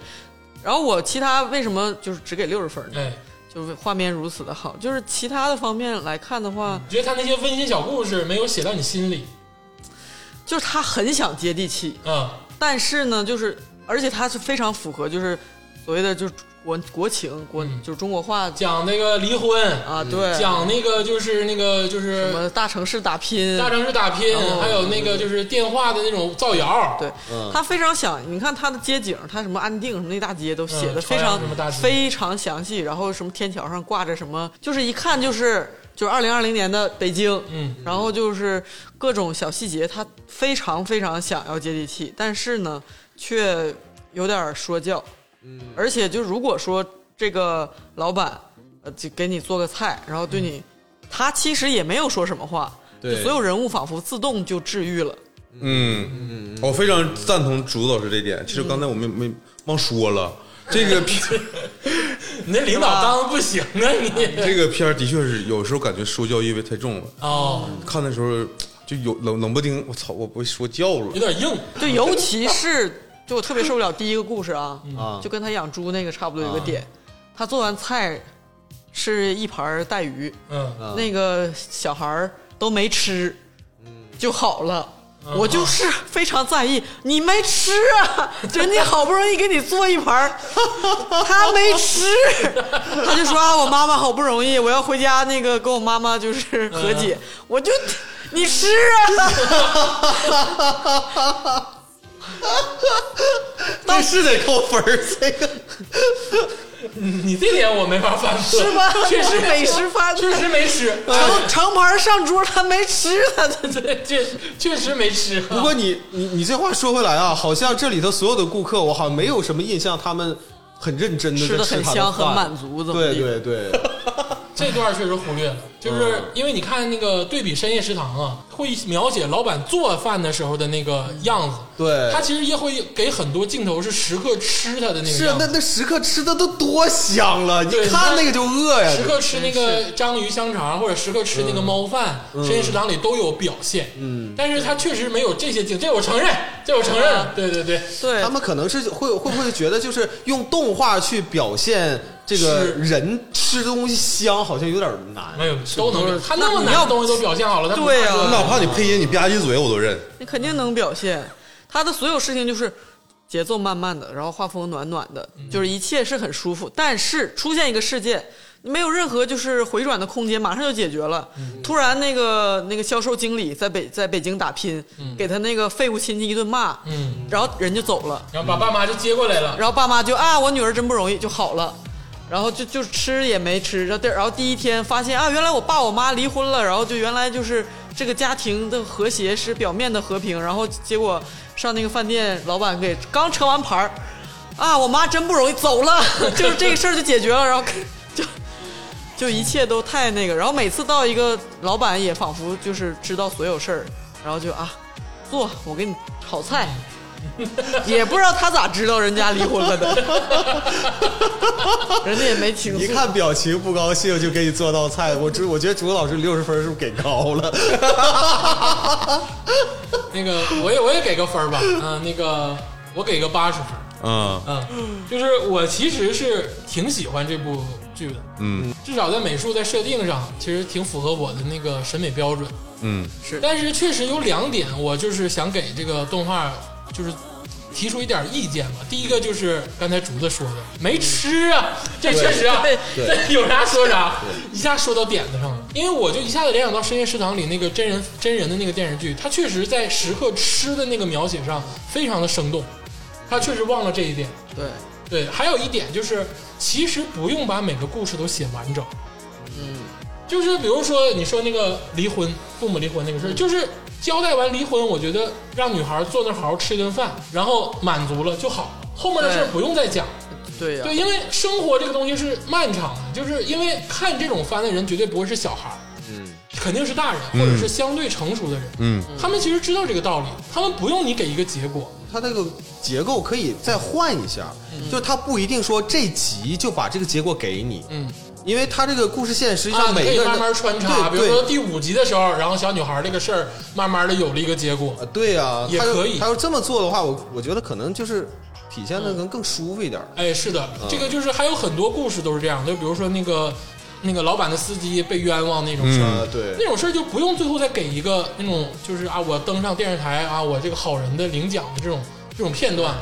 然后我其他为什么就是只给六十分呢？哎，就是画面如此的好，就是其他的方面来看的话，你觉得他那些温馨小故事没有写到你心里就是他很想接地气，啊？但是呢，就是而且他是非常符合就是所谓的就是国国情国、嗯就是中国话讲那个离婚，啊，对，讲那个就是那个就什是么大城市打拼，大城市打拼，哦还有那个就是电话的那种造谣，对、他非常想，你看他的街景，他什么安定什么那大街都写的嗯非朝常阳、什么大街非常详细，然后什么天桥上挂着什么，就是一看就是就是二零二零年的北京，嗯，然后就是各种小细节，他非常非常想要接地气，但是呢，却有点说教，嗯，而且就如果说这个老板呃就给你做个菜，然后嗯对你，他其实也没有说什么话，对就所有人物仿佛自动就治愈了。嗯，我非常赞同竹子老师这点。其实刚才我没没忘说了，这个片你那领导当的不行啊你。这个片儿的确是有时候感觉说教意味太重了，哦，看的时候就有冷冷不丁，我操，我不会说教了有。点硬， *laughs* 对，尤其是就我特别受不了第一个故事啊，嗯啊就跟他养猪那个差不多啊有个点，他做完菜是一盘儿带鱼，嗯，啊那个小孩儿都没吃，嗯就好了。啊我就是非常在意你没吃啊，人家好不容易给你做一盘儿，他没 *laughs* 吃，他就说啊，我妈妈好不容易，我要回家那个跟我妈妈就是和解，嗯我就你吃啊，但是得扣分儿，这个你这点我没法反驳，是吧？确实 *laughs* 没吃饭，确实没吃，盛盛盘儿上桌，他没吃，他这对，确确实没吃。不啊啊过你你你这话说回来啊，好像这里头所有的顾客，我好像没有什么印象，他们很认真的吃的吃很他香，的很饭满足，怎么对地？对对， *laughs* 这段确实忽略了，就是因为你看那个对比深夜食堂啊，会描写老板做饭的时候的那个样子。对他其实也会给很多镜头是时刻吃他的那个是啊样那子，那食客吃的都多香了，你对你看看那个就饿呀时。刻吃那个章鱼香肠或者时刻吃那个猫饭，深夜食堂里都有表现。嗯，但是他确实没有这些镜，这我承认，这我承认。对对对，对他们可能是会会不会觉得就是用动画去表现这个是人吃东西香，好像有点难。没有都能，他那么那你难要的东西都表现好了，他不对怕啊说哪怕你配音，你吧唧嘴我都认。你肯定能表现。他的所有事情就是节奏慢慢的，然后画风暖暖的，就是一切是很舒服。但是出现一个事件，没有任何就是回转的空间，马上就解决了。突然那个那个销售经理在北在北京打拼，给他那个废物亲戚一顿骂，嗯，然后人就走了。然后把爸妈就接过来了，然后爸妈就啊，我女儿真不容易就好了，然后就就吃也没吃，然后第然后第一天发现啊，原来我爸我妈离婚了，然后就原来就是这个家庭的和谐是表面的和平，然后结果上那个饭店，老板给刚盛完盘儿，啊，我妈真不容易，走了， *laughs* 就是这个事儿就解决了，然后就就一切都太那个，然后每次到一个老板也仿佛就是知道所有事儿，然后就啊，坐，我给你炒菜。也不知道他咋知道人家离婚了的，人家也没情一绪。看表情不高兴就给你做道菜，我主我觉得主老师六十分是不是给高了？那个我也我也给个分儿吧，嗯、那个我给个八十分儿，嗯嗯，就是我其实是挺喜欢这部剧的，嗯至少在美术在设定上，其实挺符合我的那个审美标准。嗯但是确实有两点，我就是想给这个动画就是提出一点意见吧。第一个就是刚才竹子说的，没吃啊，这确实啊，这有啥说啥，一下说到点子上了。因为我就一下子联想到《深夜食堂》里那个真人真人的那个电视剧，它确实在时刻吃的那个描写上非常的生动，他确实忘了这一点。对，对，还有一点就是，其实不用把每个故事都写完整。嗯，就是比如说你说那个离婚，父母离婚那个事儿，就是交代完离婚，我觉得让女孩坐那儿好好吃一顿饭，然后满足了就好了，后面的事儿对不用再讲。对呀、对，因为生活这个东西是漫长的，就是因为看这种番的人绝对不会是小孩儿，嗯，肯定是大人或者是相对成熟的人，嗯，他们其实知道这个道理，他们不用你给一个结果，它这个结构可以再换一下，就是它不一定说这集就把这个结果给你，嗯。因为它这个故事线实际啊，上你每可以个人慢慢穿插，比对如说对第五集的时候，然后小女孩这个事儿慢慢的有了一个结果。啊对啊，也他要可以他要这么做的话，我我觉得可能就是体现的能更舒服一点。哎，是啊的，这个就是还有很多故事都是这样，就比如说那个那个老板的司机被冤枉那种事儿。啊，对，那种事儿就不用最后再给一个那种就是啊，我登上电视台啊，我这个好人的领奖的这种这种片段，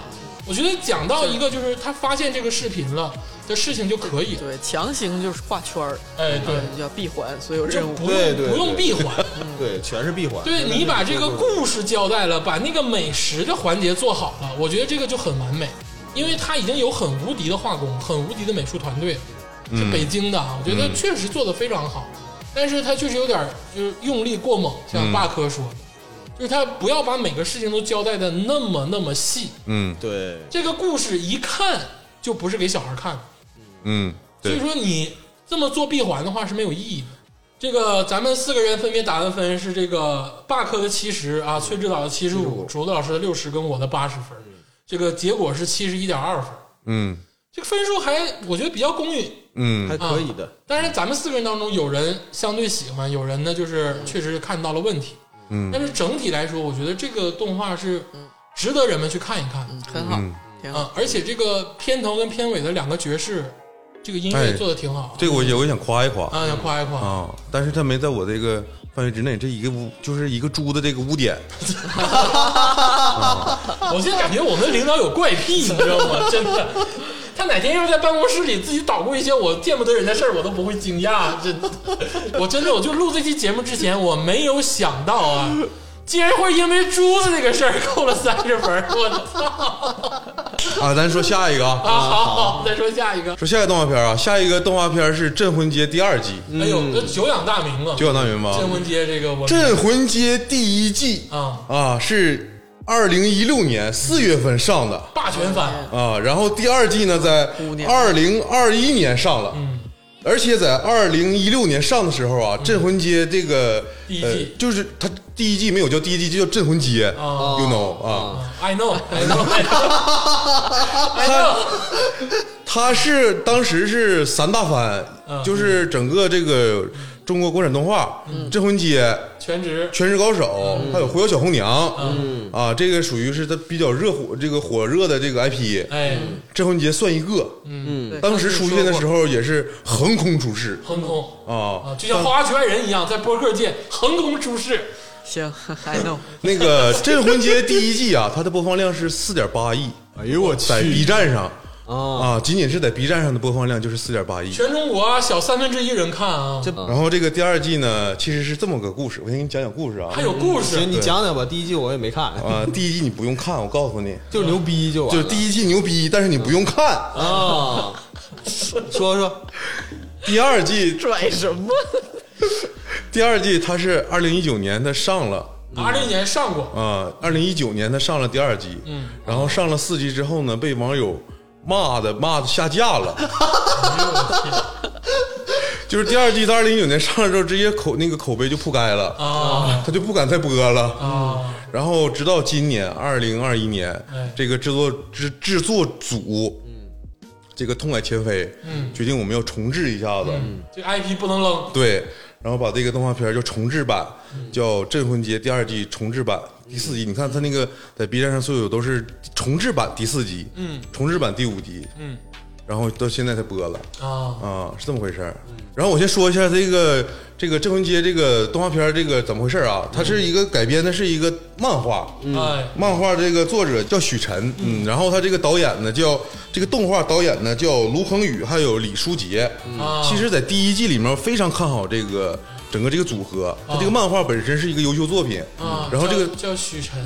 我觉得讲到一个就是他发现这个视频了的事情就可以了。对，强行就是画圈儿，哎，对，叫闭环所有就任务。不对用对不用对闭环，对，全是闭环。对你把这个故事交代了，把那个美食的环节做好了，我觉得这个就很完美，因为它已经有很无敌的画工，很无敌的美术团队，是北京的啊，我觉得确实做的非常好，但是它确实有点儿就是用力过猛，像霸科说的，就是他不要把每个事情都交代的那么那么细，嗯对，这个故事一看就不是给小孩看的，嗯，所以对，说你这么做闭环的话是没有意义的。这个咱们四个人分别打的分是这个霸科的七十啊，崔指导的七十五，竹子老师的六十跟我的八十分，这个结果是七十一点二分，嗯这个分数还我觉得比较公允。还嗯可以的。当然，咱们四个人当中有人相对喜欢，有人呢就是确实看到了问题，嗯但是整体来说，我觉得这个动画是值得人们去看一看的很好嗯，挺好。啊，而且这个片头跟片尾的两个爵士，这个音哎乐做的挺好啊，这个我也我也想夸一夸啊，要夸一夸。啊，但是他没在我这个范围之内，这一个污就是一个猪的这个 *laughs* 污点，我现在感觉我们领导有怪癖，你知道吗？ *laughs* 真的，他哪天要是在办公室里自己捣鼓一些我见不得人的事儿，我都不会惊讶。真的，我真的，我就录这期节目之前，我没有想到啊，竟然会因为珠子这个事儿扣了三十分儿。我 *laughs* 操！啊，咱说下一个啊，啊，好好，再说下一个。说下一个动画片啊，下一个动画片是《镇魂街》第二季，哎呦，这久仰大名啊就，有大名吧？天文街这个我《镇魂街》第一季啊啊，是二零一六年四月份上的霸权番，啊，然后第二季呢在年二零二一年上了，嗯而且在二零一六年上的时候啊，《镇魂街》这个第一季呃就是它第一季没有叫第一季，就叫《镇魂街》啊 y o u know 啊， I know I know I *laughs* know，它是当时是三大番，嗯就是整个这个中国国产动画，嗯镇魂街》全职《全职高手》嗯还有《狐妖小红娘》，啊，这个属于是它比较热火这个火热的这个 IP，哎，镇魂街算一个，嗯对当时出现的时候，候也是横空出世横空啊啊，就像《花花局外人》一样，在播客界横空出世。行，I know，那 *laughs* 个《镇魂街》第一季啊，它的播放量是四点八亿，哎呦我去在 B 站上啊，啊，仅仅是在 B 站上的播放量就是四点八亿。全中国小三分之一人看啊，这然后这个第二季呢，其实是这么个故事，我先给你讲讲故事啊还。有故行，事，你讲讲吧。第一季我也没看，嗯啊，第一季你不用看，我告诉你，就是牛逼就完就了。是第一季牛逼，但是你不用看。啊， *laughs* 说说第二季，拽什么？第二季它是二零一九年它上了。二零年上过，啊，二零一九年它上了第二季，嗯，然后上了四季之后呢，被网友骂的骂的下架了。嗯哎就是第二季到二零一九年上了之后，直接口那个口碑就铺盖了啊，他就不敢再播了啊。然后直到今年二零二一年哎，这个制作制制作组，这个痛改前非，嗯决定我们要重置一下子，这 IP 不能扔，对，然后把这个动画片儿叫重制版，叫《镇魂街》第二季重制版第四嗯集。你看它那个在 B 站上所有都是重制版第四集，嗯，重制版第五集，嗯然后到现在才播了啊，啊，是这么回事儿。然后我先说一下这个这个《镇魂街》这个动画片儿这个怎么回事儿啊？它是一个改编的是一个漫画，哎，漫画这个作者叫许晨，嗯，然后他这个导演呢叫这个动画导演呢叫卢恒宇，还有李书杰。啊其实，在第一季里面非常看好这个整个这个组合，他这个漫画本身是一个优秀作品。啊，嗯然后这个叫叫许晨，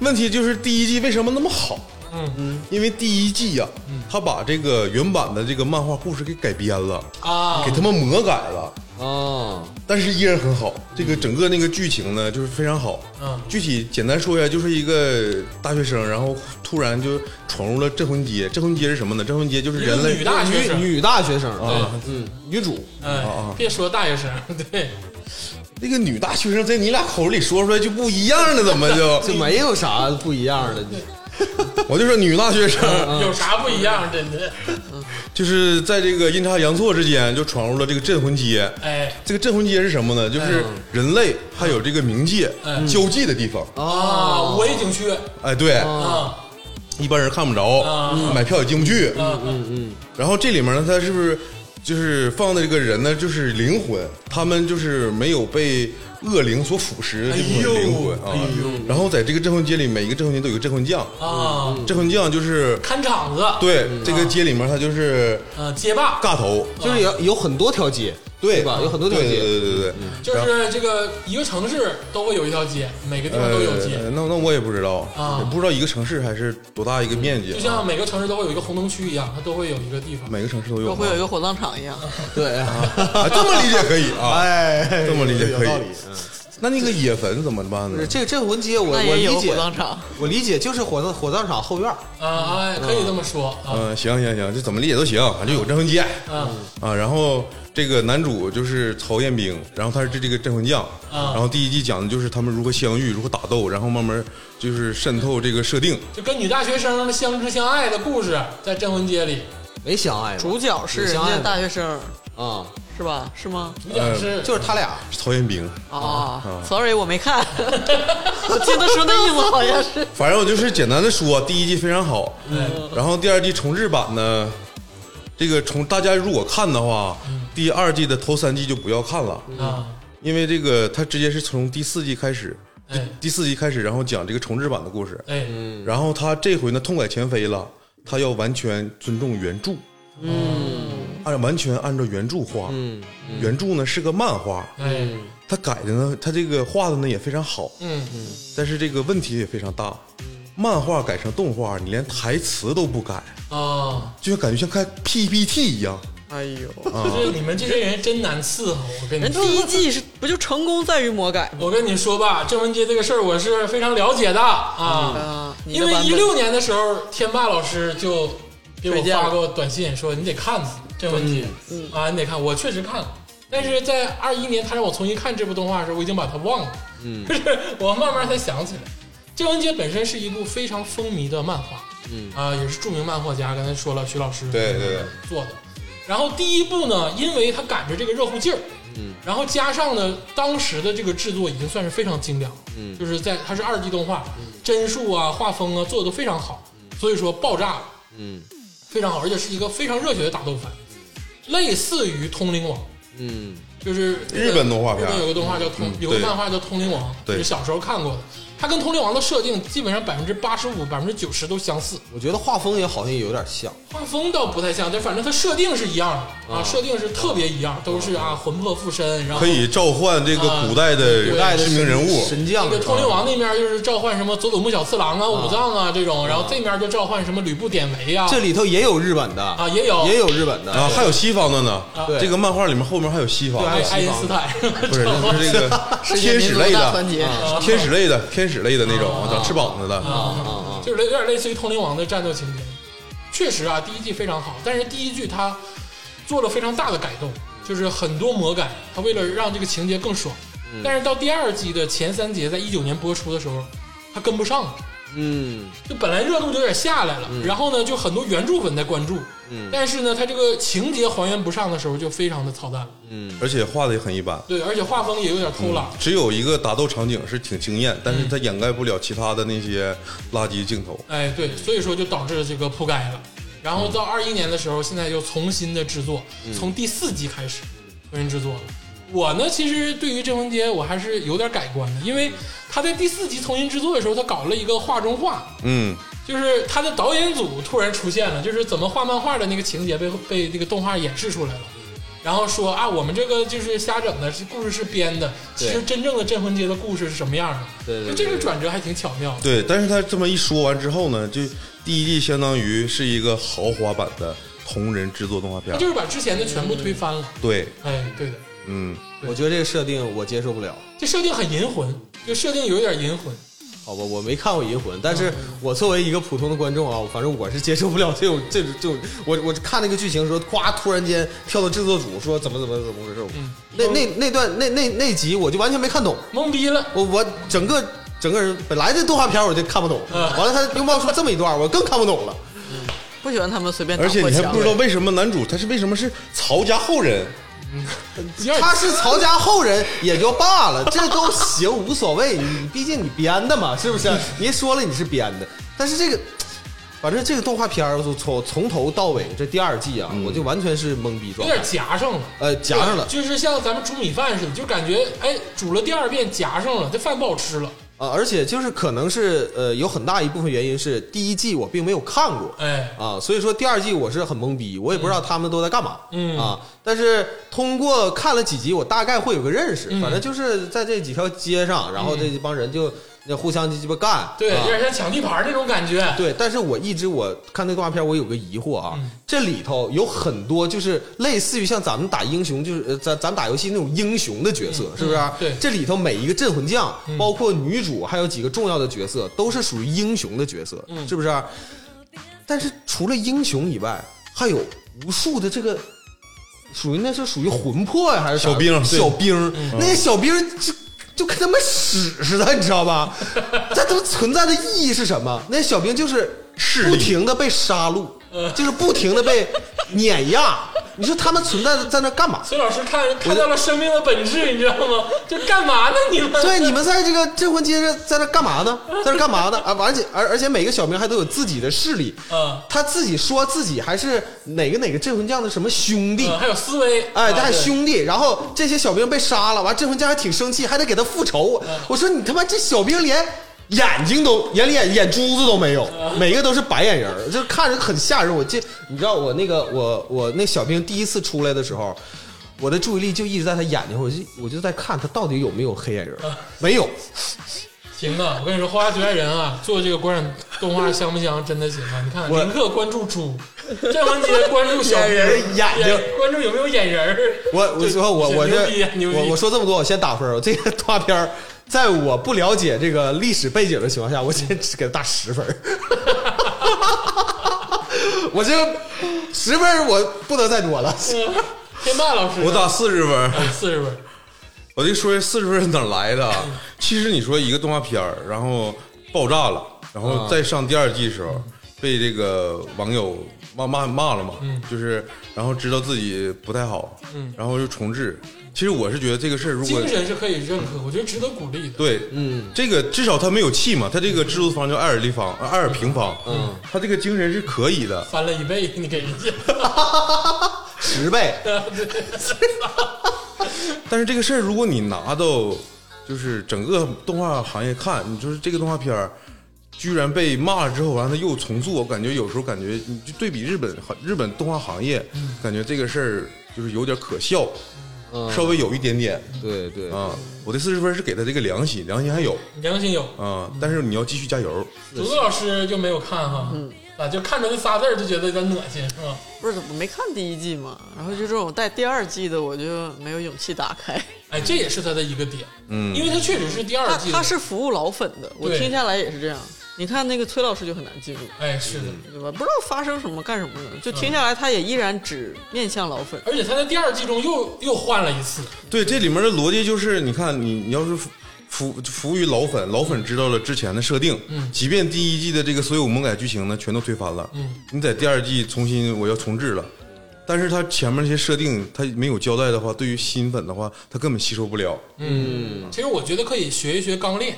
问题就是第一季为什么那么好？嗯因为第一季呀、啊他把这个原版的这个漫画故事给改编了，啊给，他们魔改了，啊，但是依然很好。这个整个那个剧情呢，就是非常好。嗯具体简单说一下，就是一个大学生，然后突然就闯入了镇魂街。镇魂街是什么呢？镇魂街就是一个人类女大学女生，女大学生对啊，嗯，女主哦哎，别说大学生，对，那个女大学生，在你俩口里说出来就不一样了，怎么就？这没有啥不一样的。我就说女大学生，有啥不一样？真的，嗯就是在这个阴差阳错之间就闯入了这个镇魂街。哎，这个镇魂街是什么呢？就是嗯人类还有这个冥界哎交际的地方。哦啊，五 A 景区哎，对，啊，一般人看不着嗯，买票也进不去。嗯然后这里面呢，它是不是就是放的这个人呢，就是灵魂，他们就是没有被恶灵所腐蚀的这哎部分灵魂啊。然后在这个镇魂街里，每一个镇魂街都有个镇魂将，啊，镇魂将就是看场子，嗯对、这个街里面，他就是嗯，街霸尬头，就是有有很多条街，对吧？有很多条对对街，对对对，嗯就是这个一个城市都会有一条街，每个地方呃都有街，那那我也不知道，啊也不知道一个城市还是多大一个面积就啊，像每个城市都会有一个红灯区一样，它都会有一个地方。每个城市都有跟吗，会有一个火葬场一样。对啊，啊，这么理解可以啊。哎， *laughs* 这么理解可以有道理。嗯那那个野坟怎么办不呢是？这个镇魂街，我那也我理有解火，葬场，我理解就是火葬火葬场后院儿啊，哎，可以这么说啊，嗯，行行行，这怎么理解都行，反正有镇魂街。嗯啊，然后这个男主就是曹彦兵，然后他是这这个镇魂将，啊然后第一季讲的就是他们如何相遇，如何打斗，然后慢慢就是渗透这个设定。就跟女大学生们相知相爱的故事，在镇魂街里，没相爱吧，主角是人有相爱家吗大学生，啊，是吧？是吗？主角是就是他俩曹彦兵，啊，sorry，我没看， *laughs* 我记得说那意思好像 *laughs* 是。反正我就是简单的说，第一季非常好，哎然后第二季重制版呢，这个重大家如果看的话，第二季的头三季就不要看了，啊，因为这个它直接是从第四季开始，哎第四季开始，然后讲这个重制版的故事，哎，然后他这回呢痛改前非了，他要完全尊重原著，嗯，按完全按照原著画，嗯，原著呢是个漫画，哎，他改的呢，他这个画的呢也非常好，嗯，但是这个问题也非常大，漫画改成动画，你连台词都不改，啊，就像感觉像看 PPT 一样，哎呦，就是你们这些人真难伺候，我跟你人说。第一季是不就成功在于魔改吗？我跟你说吧，郑文杰这个事儿我是非常了解的啊啊，你因的为版一本六年的时候，天霸老师就给我推荐发了嗯过短信说你得看郑文杰啊，你得看，我确实看了。但是在二一年他让我重新看这部动画的时候，我已经把它忘了，*laughs* 嗯就是我慢慢才想起来。郑文杰本身是一部非常风靡的漫画，嗯啊，也是著名漫画家，刚才说了徐老师对对对做的。然后第一部呢，因为他赶着这个热乎劲儿，嗯，然后加上呢，当时的这个制作已经算是非常精良，嗯，就是在它是二 D 动画，帧数啊、画风啊做的都非常好，所以说爆炸了，嗯非常好，而且是一个非常热血的打斗番，类似于《通灵王》，嗯就是日本动画片日本有个动画叫《通》，有个对漫画叫《通灵王》，对是小时候看过的。它跟《通灵王》的设定基本上百分之八十五、百分之九十都相似，我觉得画风也好像有点像，画风倒不太像，但反正它设定是一样的啊，设定是特别一样，都是啊魂魄附身，然后可以召唤这个古代的古代的知名人物，神将啊那个通灵王那面就是召唤什么佐佐木小次郎啊、武藏啊这种，然后这面就召唤什么吕布典韦啊，这里头也有日本的啊啊也有也有日本的，啊，还有西方的呢啊。这个漫画里面后面还有西方，爱爱因斯坦，不是，就是这个世界天民使族类大团的，结，啊天使类的，天使类的那种，长翅膀子的。啊就是有点类似于通灵王的战斗情节。确实啊，第一季非常好，但是第一季它做了非常大的改动，就是很多魔改，它为了让这个情节更爽。但是到第二季的前三节，在一九年播出的时候，它跟不上了。嗯就本来热度就有点下来了，然后呢，就很多原著粉在关注，但是呢，它这个情节还原不上的时候，就非常的操蛋了。嗯而且画的也很一般，对，而且画风也有点偷懒。只有一个打斗场景是挺惊艳，但是它掩盖不了其他的那些垃圾镜头。哎，嗯对，所以说就导致这个铺盖了。然后到二一年的时候，现在又重新的制作，嗯从第四季开始重新制作了。我呢，其实对于郑文杰我还是有点改观的，因为他在第四集重新制作的时候，他搞了一个画中画，嗯，就是他的导演组突然出现了，就是怎么画漫画的那个情节被被这个动画演示出来了，然后说啊，我们这个就是瞎整的，是故事是编的，其实真正的镇魂街的故事是什么样的？对对就对这个转折还挺巧妙的。对。但是他这么一说完之后呢，就第一季相当于是一个豪华版的同人制作动啊画片哎他。就是把之前的全部推翻了。对，哎，对的，嗯，我觉得这个设定我接受不了。这设定很银魂，就设定有一点银魂。好吧，我没看过《银魂》，但但是我作为一个普通的观众啊，反正我是接受不了这种这种这种，我我看那个剧情说，夸突然间跳到制作组说怎么怎么怎么回事，我那那那段那那那集我就完全没看懂，懵逼了，我我整个整个人本来这动画片我就看不懂，嗯完了他又冒出这么一段，我更看不懂了。不喜欢他们随便打而且破你还墙不知。道为什么男主他是为什么是曹家后人，有点 *laughs* 他是曹家后人也就 *laughs* 罢了，这都行无所谓，你毕竟你编的嘛，是 *laughs* 不是？你说了你是编的，但是这个，反正这个动画片儿，我从从头到尾这第二季啊，我就完全是懵嗯逼有状态点，夹上了。呃，夹上了就是像咱们煮米饭似的，就感觉哎，煮了第二遍夹上了，这饭不好吃了。啊，而且就是可能是呃，有很大一部分原因是第一季我并没有看过，哎，啊，所以说第二季我是很懵逼，我也不知道他们都在干嘛，嗯啊，但是通过看了几集，我大概会有个认识，嗯反正就是在这几条街上，然后这帮人就那互相鸡巴干，对，啊有点像抢地盘那种感觉。对，但是我一直我看那动画片，我有个疑惑啊，嗯这里头有很多就是类似于像咱们打英雄，就是呃咱咱们打游戏那种英雄的角色，是不是、嗯对嗯这里头每一个镇魂将，包括女主，还有几个重要的角色，都是属于英雄的角色，嗯是不是、啊但是除了英雄以外，还有无数的这个。属于那是属于魂魄呀、还是啥小兵对小兵儿，那些小兵儿就就跟他妈屎似的，你知道吧？这都存在的意义是什么？那些小兵就是势不力停的被杀戮，就是不停的被碾压。你说他们存在在那干嘛？崔老师看看到了生命的本质，你知道吗？就干嘛呢？你们对，你们在这个镇魂街上在那干嘛呢？在那干嘛呢？啊，而且而而且每个小兵还都有自己的势力，嗯他自己说自己还是哪个哪个镇魂将的什么兄弟，嗯还有思维，哎，他啊还对兄弟，然后这些小兵被杀了，完镇魂将还挺生气，还得给他复仇。嗯我说你他妈这小兵连眼睛都眼里眼眼珠子都没有，嗯每个都是白眼人儿，就看着很吓人。我这你知道我那个我我那小兵第一次出来的时候。我的嗯注意力就一直在他眼睛，我就我就在看他到底有没有黑眼仁儿，没有，行啊，我跟你说，《花花局外人》啊，做这个国产动画香不香？真的行啊！你看，我林克关注猪，郑文杰关注小眼人人眼睛关注有没有眼人儿。我我说我我牛这逼啊牛逼我我说这么多，我先打分儿。我这个动画片儿，在我不了解这个历史背景的情况下，我先只给它打十分儿。 *laughs* 我这个十分儿我不能再多了。嗯 *laughs* 天霸老师呢，我打四十分。四十分，我就说四十分哪儿来的啊？其实你说一个动画片儿，然后爆炸了，然后再上第二季的时候，被这个网友骂骂骂了嘛，就是然后知道自己不太好，然后就重置。其实我是觉得这个事儿，如果精神是可以认可，我觉得值得鼓励的。对，嗯，这个至少他没有气嘛，他这个制作方叫艾尔立方，呃艾尔平方，嗯，他这个精神是可以的，翻了一倍，你给人 *laughs* 家，十倍，但是这个事儿，如果你拿到就是整个动画行业看，你就是这个动画片儿，居然被骂了之后，完了又重做，我感觉有时候感觉你就对比日本行日本动画行业，感觉这个事儿就是有点可笑，稍微有一点点对对，啊。我的四十分是给他这个良心，良心还有良心有。啊，但是你要继续加油。竹子老师就没有看哈，嗯啊，就看着那仨字儿就觉得有点恶心，是吧？不是怎么没看第一季嘛？然后就这种带第二季的，我就没有勇气打开。哎，这也是他的一个点，嗯因为他确实是第二 *laughs* 他季的，他是服务老粉的，我对听下来也是这样。你看那个崔老师就很难进入，哎是的，对吧？不知道发生什么干什么的，就听下来他也依然只面向老粉。而且他在第二季中又又换了一次，对，这里面的逻辑就是，你看你你要是服服服务于老粉，老粉知道了之前的设定，嗯，即便第一季的这个所有魔改剧情呢全都推翻了，嗯，你在第二季重新我要重置了。但是他前面那些设定，他没有交代的话，对于新粉的话，他根本吸收不了。嗯其实我觉得可以学一学《钢炼》，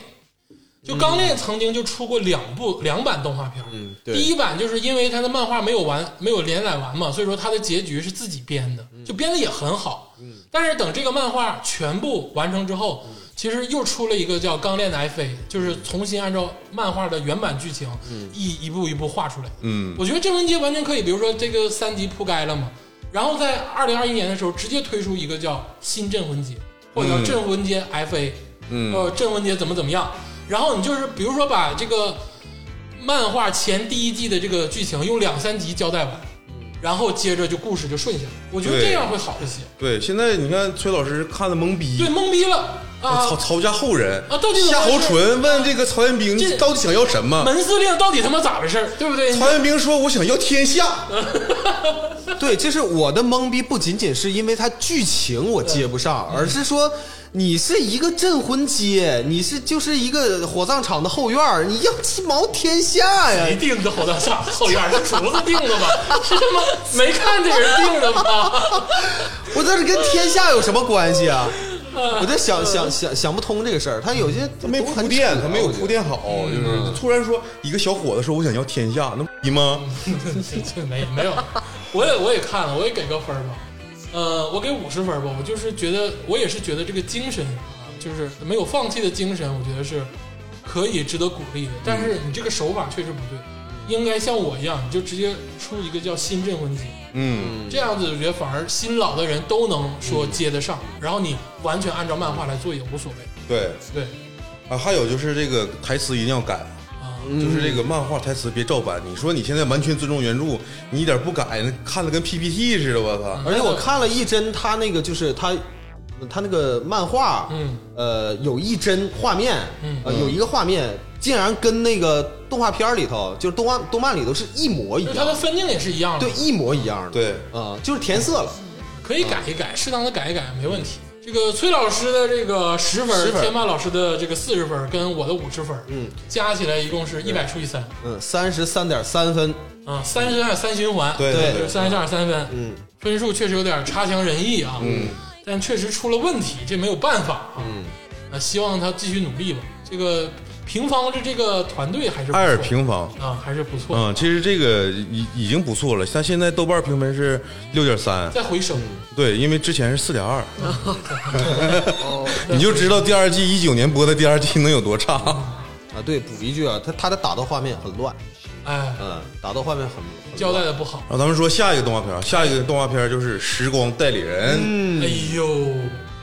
就《钢炼》曾经就出过两部两版动画片，嗯，对第一版就是因为它的漫画没有完，没有连载完嘛，所以说它的结局是自己编的，嗯就编的也很好，嗯，但是等这个漫画全部完成之后，嗯其实又出了一个叫《钢炼的爱妃》，就是重新按照漫画的原版剧情，一一步一步画出来，嗯，我觉得郑文杰完全可以，比如说这个三级铺盖了嘛，然后在二零二一年的时候直接推出一个叫新镇魂街，或者叫镇魂街 FA，嗯呃，镇魂街怎么怎么样，然后你就是比如说把这个漫画前第一季的这个剧情用两三集交代完，然后接着就故事就顺下来，我觉得对这样会好一些。对，现在你看崔老师看的懵逼，对，懵逼了啊曹！曹家后人啊到底怎么夏侯回事淳问这个曹彦兵，这你到底想要什么？门司令到底他妈咋回事儿？对不对？曹彦兵说：“我想要天下。对，就是我的懵逼，不仅仅是因为它剧情我接不上，而是说你是一个镇魂街，你是就是一个火葬场的后院儿，你要鸡毛天下谁呀！定的火葬场后院儿？是厨子定的吧？是他妈没看这人定的吧？我这是跟天下有什么关系啊？我在想想想想不通这个事儿，他有些他没都很铺垫，扯他没有嗯铺垫好，就是突然说一个小伙子说我想要天下，那你吗？这这没没有，我也我也看了，我也给个分儿吧。呃，我给五十分儿吧。我就是觉得，我也是觉得这个精神啊，就是没有放弃的精神，我觉得是可以值得鼓励的。但是你这个手法确实不对，应该像我一样，你就直接出一个叫新镇魂街，嗯，这样子我觉得反而新老的人都能说接得上，然后你完全按照漫画来做也无所谓。对对，啊，还有就是这个台词一定要改，啊，嗯就是这个漫画台词别照搬。你说你现在完全尊重原著，你一点不改，那看的跟 PPT 似的，我操！而且我看了一帧，他那个就是他，他那个漫画，嗯，呃，有一帧画面，嗯呃，有一个画面竟然跟那个动画片里头，就是动画动漫里头是一模一就是它的，样分镜也是一样的对，，一模一样的，对啊，就是填色了，可以改一改，适当的改一改没问题。这个崔老师的这个十分儿， 10分儿天霸老师的这个四十分儿，跟我的五十分，嗯，加起来一共是一百除以三，嗯，三十三点三分，啊，三十二三循环，对对就是三十二三分，嗯，分数确实有点差强人意啊，嗯，但确实出了问题，这没有办法啊，嗯，啊，希望他继续努力吧。这个平方的这个团队还是不错艾尔平方。啊，还是不错，嗯，其实这个已已经不错了。像现在豆瓣评分是六点三，再回升，对，因为之前是四点二， *laughs* 你就知道第二季一九年播的第二季能有多 *laughs* 差。啊，对，补一句啊，他他的打斗画面很乱，哎，嗯，打斗画面很很交代的不好，然后嗯咱们说下一个动画片儿，下一个动画片儿就是《时光代理人》。哎呦，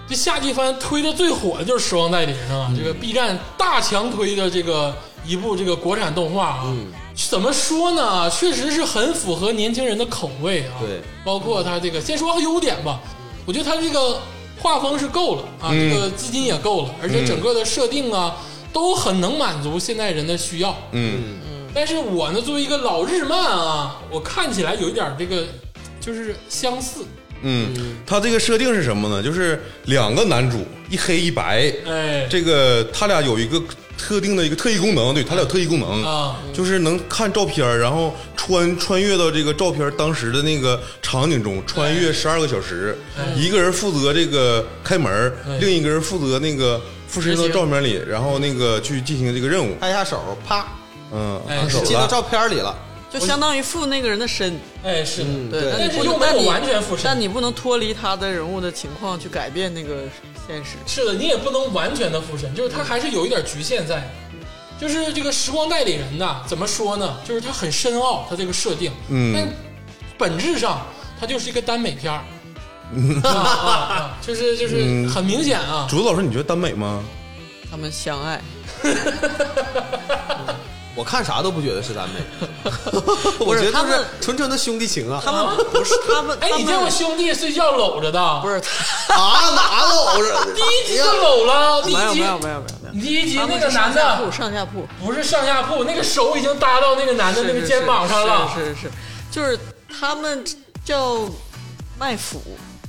这夏季番推的最火的就是《时光代理人》嗯啊，这个 B 站大强推的这个一部这个国产动画啊，嗯怎么说呢？确实是很符合年轻人的口味啊。对，包括它这个，先说优点吧，嗯我觉得它这个画风是够了啊，这个资金也嗯够了，而且整个的设定啊都很能满足现代人的需要。嗯，但是我呢，作为一个老日漫啊，我看起来有一点这个就是相似，嗯，他这个设定是什么呢？就是两个男主，一黑一白，哎，这个他俩有一个特定的一个特异功能，对他俩有特异功能啊，就是能看照片儿，然后穿穿越到这个照片儿当时的那个场景中，穿哎越十二个小时，一个人负责这个开门儿哎，另一个人负责那个附身到照片里，然后那个去进行这个任务，拍一下手，啪，嗯，哎按手进到了，照片里了。就相当于附那个人的身，哎，是的，嗯对，但但你是不又能，没但有你完全附身，但你不能脱离他的人物的情况去改变那个现实。是的，你也不能完全的附身，就是它还是有一点局限在的。就是这个时光代理人呐，怎么说呢？就是它很深奥，它这个设定，嗯但本质上它就是一个耽美片 *laughs* 儿。啊啊啊！就是就是嗯很明显啊，竹子老师，你觉得耽美吗？他们相爱，我看啥都不觉得是 *laughs* 耽美，不我是觉得他就们是纯纯的兄弟情啊他们不是他 *laughs* 们，哎，他你们见过兄弟睡觉搂着的？不是啊，哪搂第着？一集就搂了，第 *laughs* 没一有集没有没有没有没有，你第一集他那们个是男上下铺的上下铺。不是上下铺，那个手已经搭到那个男的那个肩膀上了是是是是是，就是他们叫卖腐，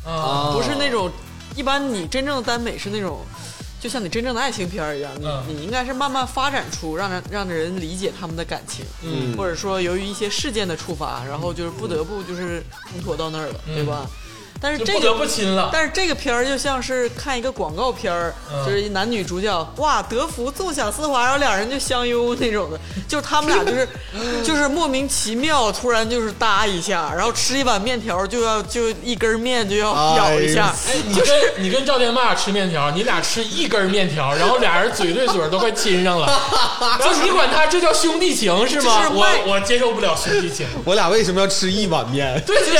啊不是那种一般你真正的耽美是那种，就像你真正的爱情片儿一样，你、嗯你应该是慢慢发展出让人让人理解他们的感情，嗯或者说由于一些事件的触发，然后就是不得不就是烘托到那儿了，对吧？但是嗯就这不得个。不亲了。 *laughs* 但是这个片儿就像是看一个广告片儿，嗯就是一男女主角哇德芙纵享丝滑，然后两人就相拥那种的， *laughs* 就是他们俩就是 *laughs* 就是莫名其妙突然就是搭一下，然后吃一碗面条就要就一根面就要咬一下，哎，你跟你跟赵天霸吃面条，你俩吃一根面条，然后俩人嘴对嘴都快亲上了， *laughs* 然后你管他这叫兄弟情是吗？就是外我我接受不了兄弟情，我俩为什么要吃一碗 *laughs* 面？对对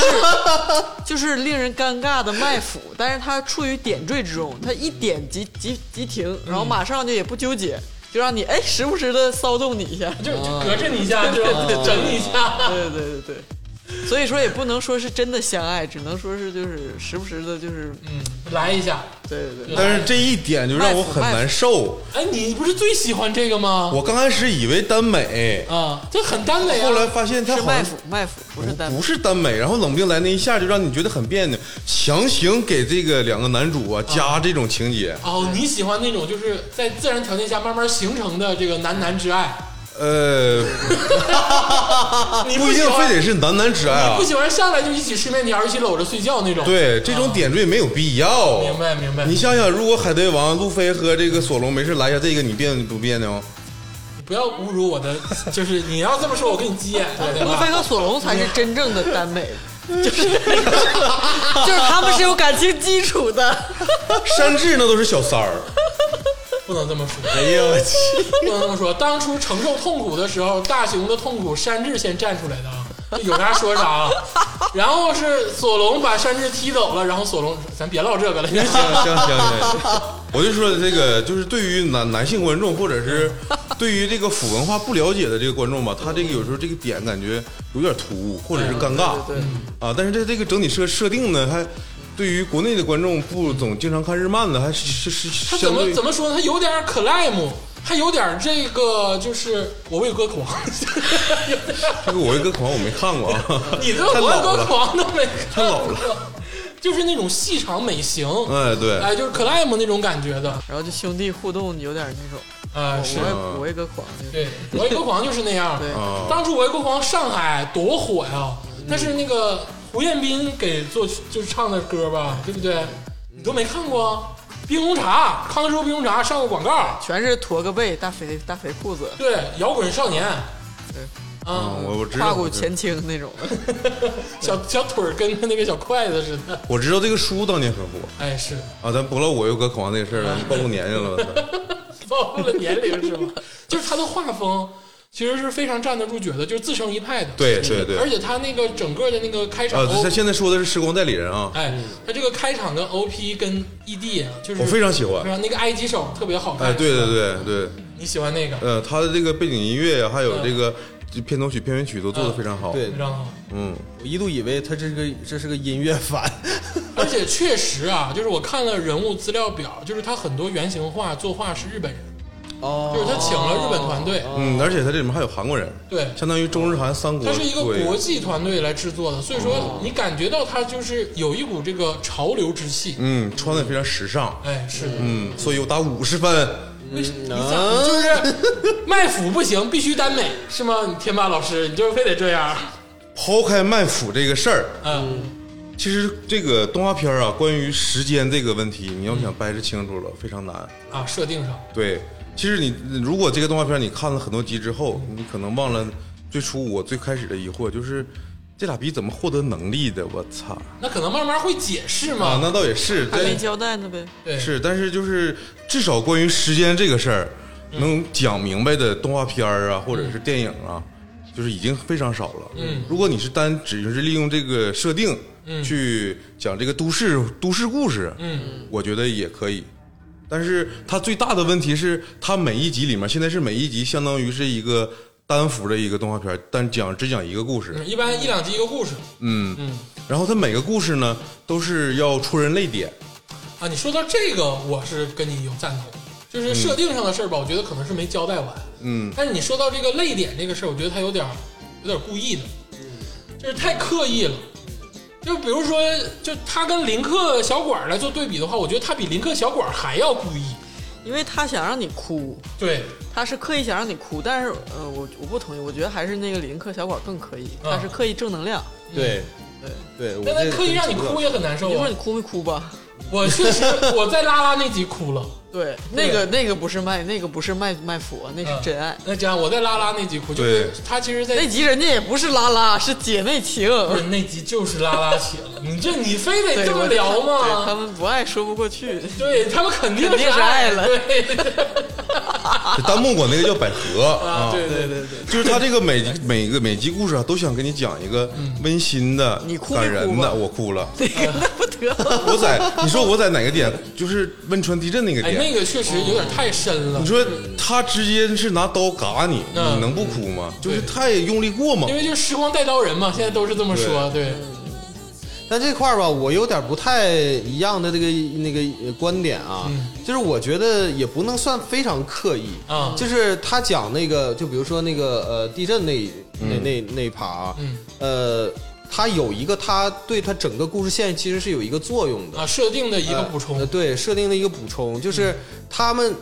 就是令人尴尬的卖腐，但是他处于点缀之中，他一点即即即停，然后马上就也不纠结，就让你哎时不时的骚动你一下，就就隔着你一下，就整你一下，对对对对，所以说也不能说是真的相爱，只能说是就是时不时的，就是嗯，来一下。对对对，但是这一点就让我很难受。哎，你不是最喜欢这个吗？我刚开始以为耽美，啊，这很耽美啊。后来发现他是好卖像腐卖腐，不是单不是耽美，然后冷不丁来那一下就让你觉得很别扭，强行给这个两个男主啊加这种情节，哦，你喜欢那种就是在自然条件下慢慢形成的这个男男之爱，呃，你啊不一喜定欢非得是男男之爱你啊不，喜欢上来就一起吃面条，一起搂着睡觉那种。，对，这种点缀没有必要。明白明白。你想想，如果海贼王路飞和这个索隆没事来一下这个，你别不别扭？不要侮辱我的，就是你要这么说，我给你急眼 *laughs* 了，对路飞吧？和索隆才是真正的耽美，就是就是他们是有感情基础的，山治那都是小三儿，不能这么说，哎呦我去！不能这么说。当初承受痛苦的时候，大雄的痛苦山治先站出来的啊，就有啥说啥 *laughs* 啊。然后是索隆把山治踢走了，然后索隆，咱别唠这 *laughs* 个了。行行行行， *laughs* 我就说这个，就是对于男男性观众，或者 *laughs* 是对于这个腐文化不了解的这个观众吧，他这个有时候这个点感觉有点突兀，或者是尴尬，对对啊，但是这这个整体设设定呢，还对于国内的观众不总经常看日漫的，还是是是他相怎么对怎么说呢？他有点可赖姆，还有点这个就是我为歌 *laughs* 狂，有点这个我一个狂我没看过 *laughs* 啊，你这 *laughs* 太我为老歌了，狂都没太看老过了，就是那种细长美型，哎对，哎，就是可赖姆那种感觉的，然后就兄弟互动有点那种，哎，是我也我也个狂，就是对，我为歌狂就是那样。对啊当初我为歌狂上海多火呀！嗯但是那个胡彦斌给作曲就是唱的歌吧，对不对？你都没看过《冰红茶》，康州冰红茶上过广告。全是驼个背、大肥大肥裤子、对，摇滚少年，啊，嗯，我我知道，胯骨我知道前倾那种的。小小腿儿跟那个小筷子似的。我知道这个书当年很火哎，是啊，咱不唠我有个 *laughs* 狂这个事儿了，暴露年龄了。我操暴露了年龄是吗？就是他的画风，其实是非常站得住脚的，就是自成一派的。对对对而且他那个整个的那个开场啊， ，O，他现在说的是时光代理人啊，哎，他这个开场的 OP 跟 ED 啊，就是我非常喜欢非常那个埃及手特别好看。哎，对对对对，你喜欢那个？呃，他的这个背景音乐还有这个嗯片头曲、片尾曲都做的非常好，对非常好。嗯，我一度以为他这是个这是个音乐番，而且确实啊，就是我看了人物资料表，就是他很多原型画作画是日本人，哦就是他请了日本团队，嗯，而且他这里面还有韩国人，对，相当于中日韩三国它是一个作为国际团队来制作的，所以哦说你感觉到它就是有一股这个潮流之气。嗯，穿的非常时尚，哎，是的，嗯，所以我打五十分，为什你咋嗯就是 *laughs* 卖腐不行，必须耽美是吗？你天霸老师，你就是非得这样。啊抛开卖腐这个事儿，嗯，其实这个动画片儿啊，关于时间这个问题，你要想掰扯清楚了，非常难。啊，设定上对，其实你如果这个动画片儿你看了很多集之后，你可能忘了最初我最开始的疑惑，就是这俩逼怎么获得能力的？我操！那可能慢慢会解释嘛。啊，那倒也是，还没但交代呢呗。对，是，但是就是至少关于时间这个事儿，能讲明白的动画片儿啊，或者是电影啊，就是已经非常少了。嗯如果你是单只是利用这个设定，嗯去讲这个都市都市故事，嗯，我觉得也可以。但是它最大的问题是，它每一集里面现在是每一集相当于是一个单幅的一个动画片儿，但讲只讲一个故事，嗯一般一两集一个故事嗯然后它每个故事呢都是要戳人泪点，啊。你说到这个，我是跟你有赞同，就是设定上的事儿吧，我觉得可能是没交代完。嗯，但是你说到这个泪点这个事儿，我觉得他有点儿有点儿故意的，就是太刻意了。就比如说，就他跟林克小馆儿来做对比的话，我觉得他比林克小馆儿还要故意。因为他想让你哭，对，他是刻意想让你哭，但是呃，我我不同意，我觉得还是那个林克小馆更可以，啊他是刻意正能量。对对，我但他这刻意让你哭，也很难受一会啊儿你。哭没哭吧？我确实， *laughs* 我在拉拉那集哭了。对，嗯那个那个不是卖，那个不是卖卖佛，那是真爱。嗯那这样，我在拉拉那集哭，就是对他其实在那集人家也不是拉拉，是姐妹情。不是那集就是拉拉起了。你这你非得对这么我聊对嗯他吗？们不爱说不过 *laughs* 去。对他们肯定肯定是爱爱了对 *laughs* *laughs* 这弹幕管那个叫百合哦啊，对对对对。就是他这个每集每个每集故事啊，都想给你讲一个嗯温馨的、你哭没感人哭吧的，我哭了。那个那不得 *laughs* 了，我在你说我在哪个点，就是汶川地震那个哎，点，那个确实有点太深了哦你。说他直接是拿刀嘎你，嗯你能不哭吗？就对是太用力过猛因。为就是时光带刀人嘛，现在都是这么说，对，嗯但这块儿吧，我有点不太一样的这个那个呃观点啊，嗯就是我觉得也不能算非常刻意啊就是他讲那个，就比如说那个呃地震那那那那一趴啊，嗯呃，他有一个他对他整个故事线其实是有一个作用的，啊，设定的一个补充嗯呃，对，设定的一个补充就是他们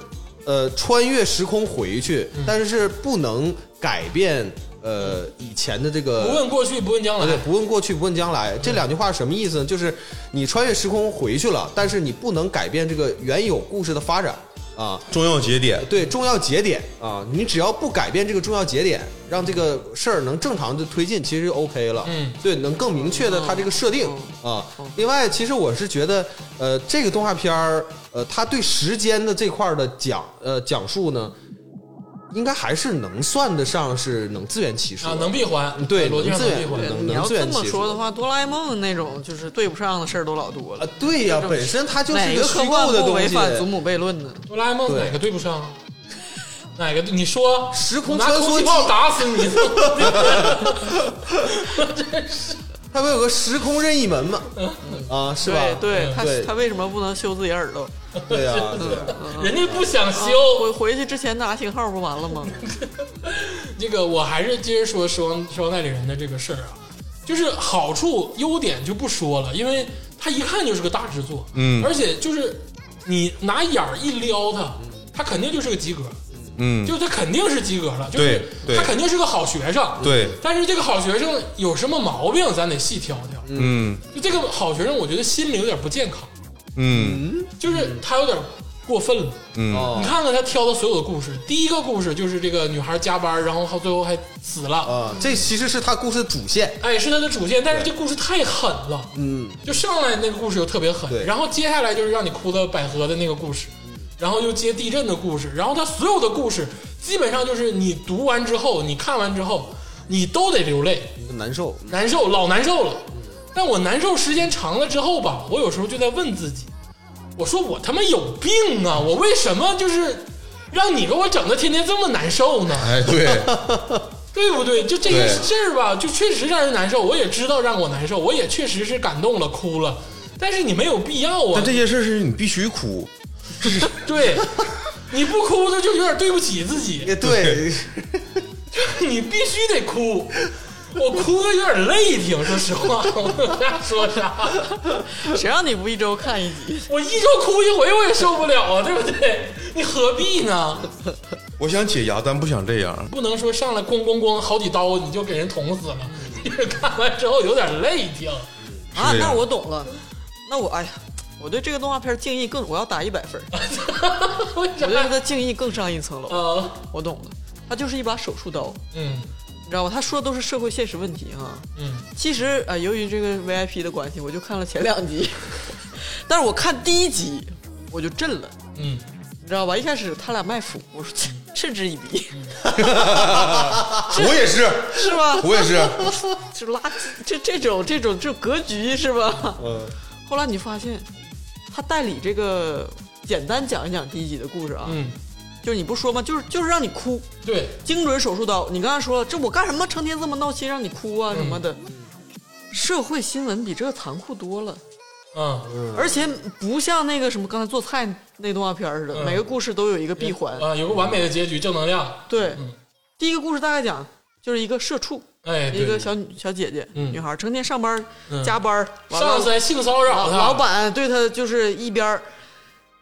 呃穿越时空回去，嗯但是是不能改变呃以前的这个不问过去，不问将啊，对，来，不问过去，不问将嗯来，这两句话是什么意思呢？就是你穿越时空回去了，但是你不能改变这个原有故事的发展啊。重要节点，对，重要节点啊，你只要不改变这个重要节点，让这个事儿能正常的推进，其实就 OK 了。嗯，哦对，能更明确的它这个设定啊。另外，其实我是觉得，呃，这个动画片儿，呃，它对时间的这块儿的讲，呃，讲述呢，应该还是能算得上是能自圆其说啊，能闭环，嗯对逻辑上能自能圆闭环对，能你要自这圆么其说说的话，哆啦 A 梦那种就是对不上的事儿都老多啊了。，对呀、这种本身它就是哪一个虚科幻构的不东违西。反祖母悖论呢？哆啦 A 梦对哪个对不上啊？哪个？你说时空我拿穿梭空气机炮打死你！ *laughs* 它不有个时空任意门 *laughs* 吗？啊，是吧对？嗯对，他对他为什么不能修自己耳朵？对呀、 *laughs* 对呀人家不想修。我回去之前拿信号不完了吗？这个我还是接着说《时光时光代理人》的这个事儿啊，就是好处优点就不说了，因为它一看就是个大制作，嗯而且就是你拿眼儿一撩它，它肯定就是个及格，嗯，就是他肯定是及格了，就是对对他肯定是个好学生，对但是这个好学生有什么毛病，咱得细挑挑。嗯就这个好学生，我觉得心里有点不健康，嗯就是他有点过分了。嗯，你哦看看他挑的所有的故事，第一个故事就是这个女孩加班，然后她最后还死哦了。啊，这其实是它故事的主线。哎，是他的主线，但是这故事太狠了，嗯，就上来那个故事又特别狠，对然后接下来就是让你哭的百合的那个故事，然后又接地震的故事，然后他所有的故事基本上就是你读完之后，你看完之后，你都得流泪，难受。难受，老难受了。但我难受时间长了之后吧，我有时候就在问自己，我说我他妈有病啊！我为什么就是让你给我整的天天这么难受呢？ *laughs* 哎， *laughs* 对，对不对？就这些对事儿吧，就确实让人难受。我也知道让我难受，我也确实是感动了，哭了。但是你没有必要啊但，这些事儿是你必须哭，对，你不哭他就有点对不起自己，也对，你必须得哭。我哭的有点累挺，说实话，我啥说啥，谁让你不一周看一集？我一周哭一回我也受不了啊，对不对？你何必呢？我想解压，但不想这样。不能说上来咣咣咣好几刀你就给人捅死了， *laughs* 就是看完之后有点累挺。啊，是呀那我懂了，那我哎呀，我对这个动画片敬意更，我要打一 *laughs* 百分儿，为我对啥？它敬意更上一层楼。啊，我懂了，它就是一把手术刀，嗯你知道吗？他说的都是社会现实问题啊。嗯，其实啊、呃由于这个 VIP 的关系，我就看了前两集， *laughs* 但是我看第一集我就震了，嗯，你知道吧？一开始他俩卖腐，我说 *laughs* 嗤嗤之以鼻，我也是，是吧？我 *laughs* 也是，就垃圾，这这种这种这种格局是吧？嗯。后来你发现，他代理这个简单讲一讲第一集的故事啊，嗯，就是你不说吗？就是就是让你哭，对，精准手术刀。你刚才说了，这我干什么成天这么闹心，让你哭啊什么的。社会新闻比这个残酷多了，嗯而且不像那个什么刚才做菜那动画片似的，嗯每个故事都有一个闭环。啊，有个完美的结局，正能量。对，嗯第一个故事大概讲就是一个社畜，哎，对一个小女小姐姐、嗯女孩，成天上班、嗯加班，完了上司还性骚扰老他，老板对她就是一边儿。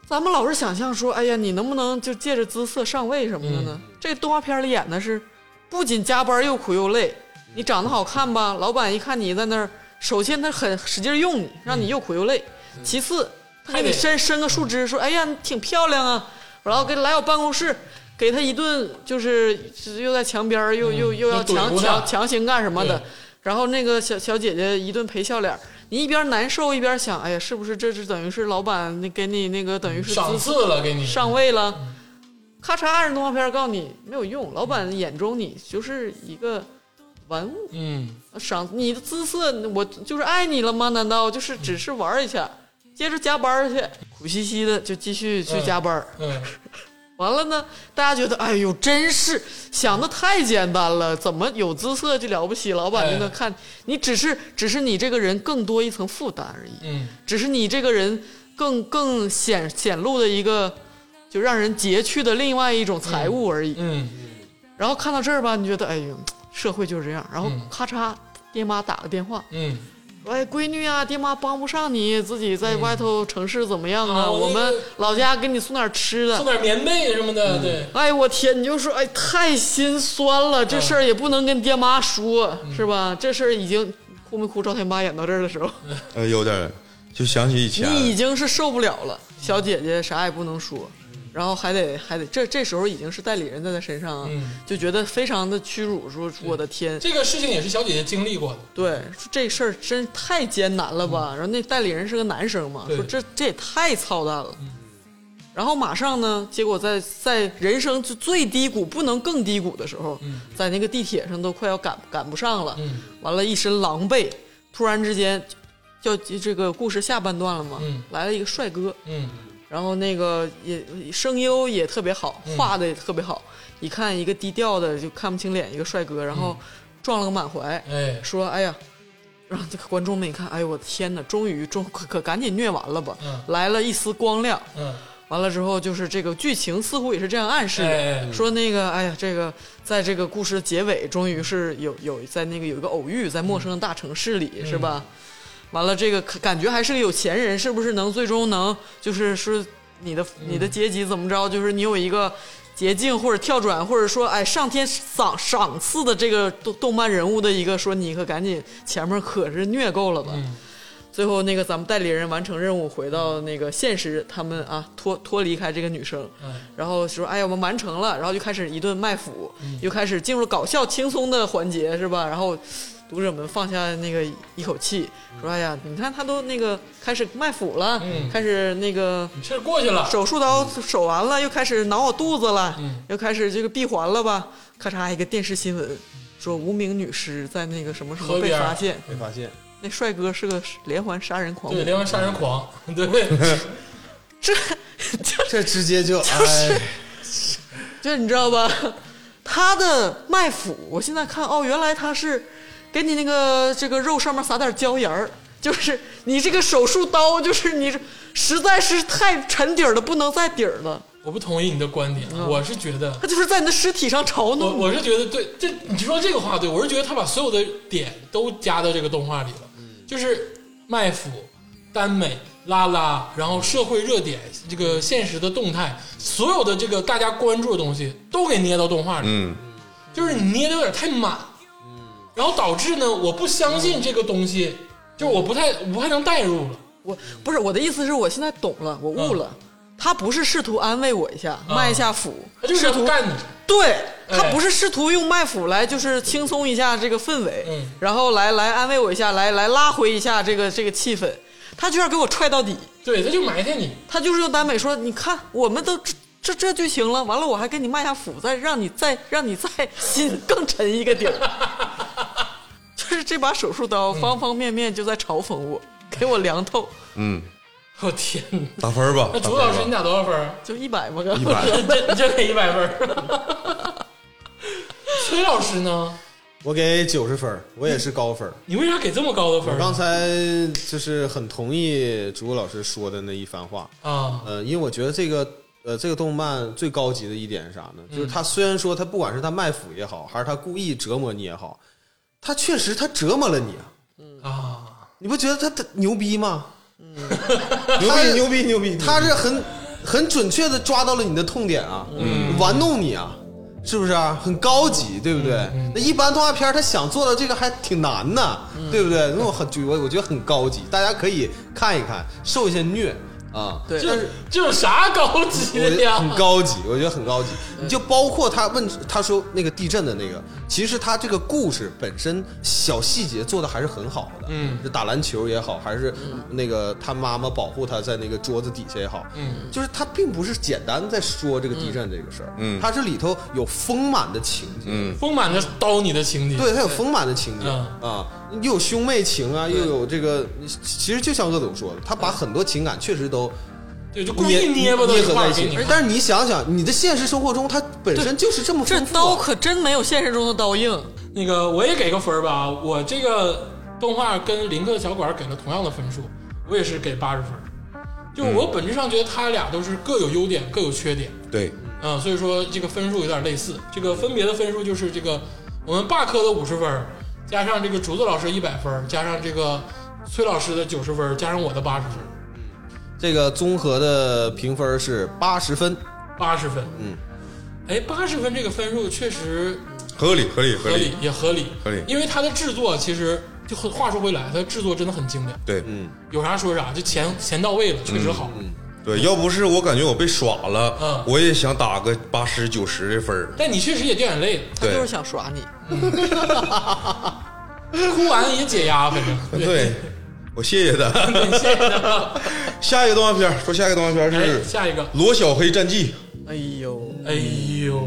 咱们老是想象说，哎呀，你能不能就借着姿色上位什么的嗯呢？这动画片里演的是，不仅加班又苦又累，你长得好看吧，老板一看你在那儿，首先他很使劲用你，让你又苦又累；嗯其次，他给还得你伸伸个树枝，说，哎呀，你挺漂亮嗯啊，然后给来我办公室，给他一顿，就是又在墙边儿又又又要就怼强咕他强强行干什么的对。然后那个小小姐姐一顿赔笑脸儿，你一边难受一边想，哎呀，是不是这是等于是老板那给你那个等于是赏资赐了给你，上位了？咔嚓，人动画片儿告诉你没有用，老板眼中你就是一个玩物，嗯赏你的姿色，我就是爱你了吗？难道就是只是玩一下，接着加班儿去，苦兮兮的就继续去加班儿。嗯，完了呢，大家觉得，哎呦，真是想的太简单了，怎么有姿色就了不起？老板就能看、你，只是只是你这个人更多一层负担而已，嗯，只是你这个人更更显显露的一个，就让人截去的另外一种财物而已。嗯，然后看到这儿吧，你觉得，哎呦，社会就是这样。然后咔嚓，爹妈打个电话，嗯，说哎，闺女啊，爹妈帮不上你，自己在外头城市怎么样啊？嗯啊我我们那个老家给你送点吃的送。点棉被什么的，对，哎我天，你就说哎，太心酸了，这事儿也不能跟爹妈说，是吧？这事儿已经哭没哭？赵天霸演到这儿的时候，呃，有点儿就想起以前，你已经是受不了了，小姐姐啥也不能说，然后还得还得这这时候已经是代理人在她身上啊，嗯就觉得非常的屈辱，说我的天，这个事情也是小姐姐经历过的，对，说这事儿真太艰难了吧？然后那代理人是个男生嘛，嗯对嗯说这这也太操蛋了。然后马上呢，结果在在人生最最低谷不能更低谷的时候，在那个地铁上都快要赶赶不上了，嗯完了，一身狼狈，突然之间，就就这个故事下半段了嘛，嗯来了一个帅哥，嗯然后那个也声优也特别好，嗯画的也特别好，一看一个低调的就看不清脸一个帅哥，然后嗯撞了个满怀，哎说：“哎呀， *laughs* 让这个观众们一看，哎呦我的天哪，终于终可可赶紧虐完了吧，嗯来了一丝光亮。嗯完了之后，就是这个剧情似乎也是这样暗示的，哎哎说那个哎呀，这个在这个故事的结尾，终于是有有在那个有一个偶遇，在陌生的大城市里，嗯是吧？完了，这个感觉还是个有钱人，是不是能最终能就是是你的你的阶级怎么着？就是你有一个捷径或者跳转，或者说哎上天赏赏赐的这个动动漫人物的一个说你可赶紧前面可是虐够了吧？嗯最后那个咱们代理人完成任务，回到那个现实，他们啊脱脱离开这个女生，嗯然后说哎呀我们完嗯成了，然后就开始一顿卖腐，又开始进入搞笑轻松的环节是吧？然后读者们放下那个一口气，说：“哎呀，你看他都那个开始卖腐了，嗯开始那个你这过去了，手术刀手完了，又开始挠我肚子了，嗯又开始这个闭环了吧？咔嚓，一个电视新闻说无名女尸在那个什么什么河被边儿发现， *laughs* 没发现，那帅哥是个连环杀人狂对，魔，连环杀人狂， *laughs* 对，这 *laughs* 这 *laughs* 这直 *laughs* 接就哎，这你知道吧？他的卖腐，我现在看哦，原来他是给你那个这个肉上面撒点椒盐儿，就是你这个手术刀，就是你这实在是太沉底儿了，不能再底儿了。我不同意你的观点，嗯我是觉得他就是在你的尸体上嘲我弄我是觉得对，这你说这个话对，我是觉得他把所有的点都加到这个动画里了，嗯就是卖腐、耽美、拉拉，然嗯后社会热点、这个现实的动态，所有的这个大家关注的东西都给捏到动画里，嗯，就是你捏的有点太满，嗯然后导致呢，我不相信这个东西，就是我不太我不太能代入了，我不是我的意思是我现在懂了，我悟嗯了，他不是试图安慰我一下，卖一下腐，他就是试要图干你，对他哎不是试图用卖腐来就是轻松一下这个氛围，嗯然后来来安慰我一下，来来拉回一下这个这个气氛，他就要给我踹到底，对，他就埋汰你，他就是用耽美说，你看我们都这这这剧情了，完了我还给你卖下腐，再让你再让你再心更沉一个底儿， *laughs* 就是这把手术刀方方面面就在嘲讽我，嗯给我凉透，我天哪！嗯打分儿吧。那打朱分儿老吧师，你打多少分儿？啊就一百吧，哥一 *laughs* 百，你这你这给一百分儿。 *laughs* 崔老师呢？我给九十分儿，我也是高分儿。嗯你为啥给这么高的分我儿刚才就是很同意朱老师说的那一番话，啊？呃，因为我觉得这个呃这个动漫最高级的一点是啥呢？就是它虽然说它不管是它卖腐也好，还是它故意折磨你也好，它确实它折磨了你啊，啊，你不觉得它它牛逼吗？牛他逼是牛逼牛逼！它是很很准确的抓到了你的痛点啊，玩弄你啊。是不是啊、很高级，对不对？那一般动画片儿他想做到这个还挺难的，对不对？那我很我我觉得很高级，大家可以看一看，受一下虐啊。对但是这有啥高级我嗯的觉得很呀？嗯高级，我觉得很高级。你就包括他问他说那个地震的那个，其实他这个故事本身小细节做的还是很好的。嗯就打篮球也好，还是那个他妈妈保护他在那个桌子底下也好，嗯，就是他并不是简单在说这个地震这个事儿，嗯他是里头有丰满的情节。嗯，丰满的刀你的情节，对，他有丰满的情节嗯啊，又有兄妹情啊，又有这个，其实就像鄂总说的，嗯他把很多情感确实都对，就故意捏捏巴到捏一合块在儿一给起你。看。但是你想想，你的现实生活中，它本身就是这么这丰富啊刀可真没有现实中的刀硬。那个我也给个分儿吧，我这个动画跟林克小馆给了同样的分数，我也是给八十分儿。就嗯我本质上觉得他俩都是各有优点，各有缺点。对，嗯，所以说这个分数有点类似。这个分别的分数就是这个我们霸科的五十分儿，加上这个竹子老师一百分儿，加上这个崔老师的九十分儿，加上我的八十分儿，这个综合的评分是八十分，八十分。嗯，哎，八十分这个分数确实合理合理合合理，理，也合理，合理因为它的制作其实就话说回来，它制作真的很精良，对嗯，有啥说啥，就钱钱到位了，确实好。嗯对，要不是我感觉我被耍嗯了，我也想打个八十九十的分儿。但你确实也掉眼泪了，他就是对想耍你，哭完也解压，反正 *laughs* 对，我谢谢他。对，谢谢大家。下一个动画片儿，说下一个动画片儿哎，是《下一个，罗小黑战记哎呦，哎呦，》，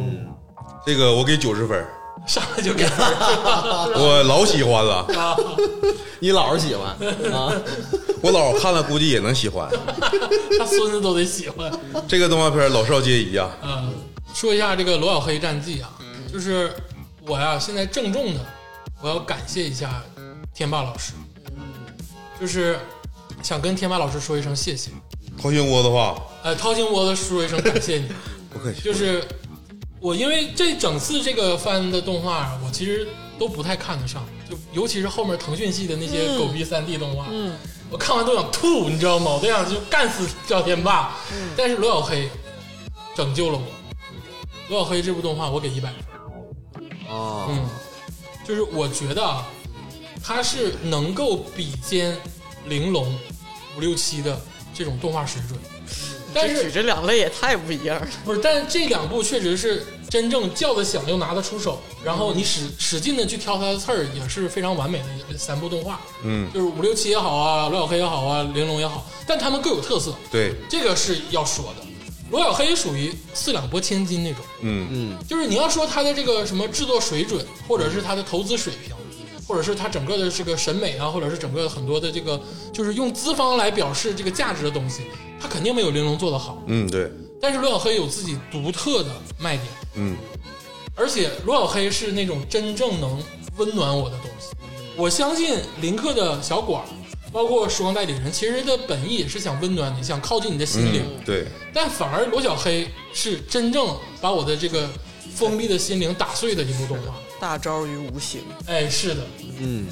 这个我给九十分儿，上来就给分儿。我老喜欢了， *laughs* 你老是喜欢啊？我老看了估计也能喜欢。 *laughs* 他孙子都得喜欢。这个动画片儿老少皆宜啊，嗯，说一下这个罗小黑战绩啊，就是我呀、现在郑重的，我要感谢一下天霸老师，就是想跟天霸老师说一声谢谢，掏心窝子话呃，掏心窝子说一声感谢你， *laughs* 不客气。就是我因为这整次这个番的动画啊，我其实都不太看得上，就尤其是后面腾讯系的那些狗逼三 D 动画，嗯，我看完都想吐，你知道吗？我都想就干死赵天霸，但是罗小黑拯救了我。罗小黑这部动画我给一百分，嗯啊，嗯，就是我觉得啊，它是能够比肩玲珑五六七的这种动画水准，但嗯这是举这两类也太不一样了。不是，但这两部确实是真正叫得响又拿得出手，然后你使使劲的去挑它的刺儿，也是非常完美的三部动画。嗯就是五六七也好啊，罗小黑也好啊，玲珑也好，但他们各有特色，对，这个是要说的。罗小黑属于四两拨千斤那种，嗯就是你要说他的这个什么制作水准，或者是他的投资水平，或者是他整个的这个审美啊，或者是整个很多的这个，就是用资方来表示这个价值的东西，他肯定没有玲珑做得好。嗯，对，但是罗小黑有自己独特的卖点，嗯而且罗小黑是那种真正能温暖我的东西。我相信林克的小馆儿，包括时光代理人，其实的本意也是想温暖你，想靠近你的心灵。嗯，对，但反而罗小黑是真正把我的这个封闭的心灵打碎的一部动画。大招于无形。哎，是的，嗯，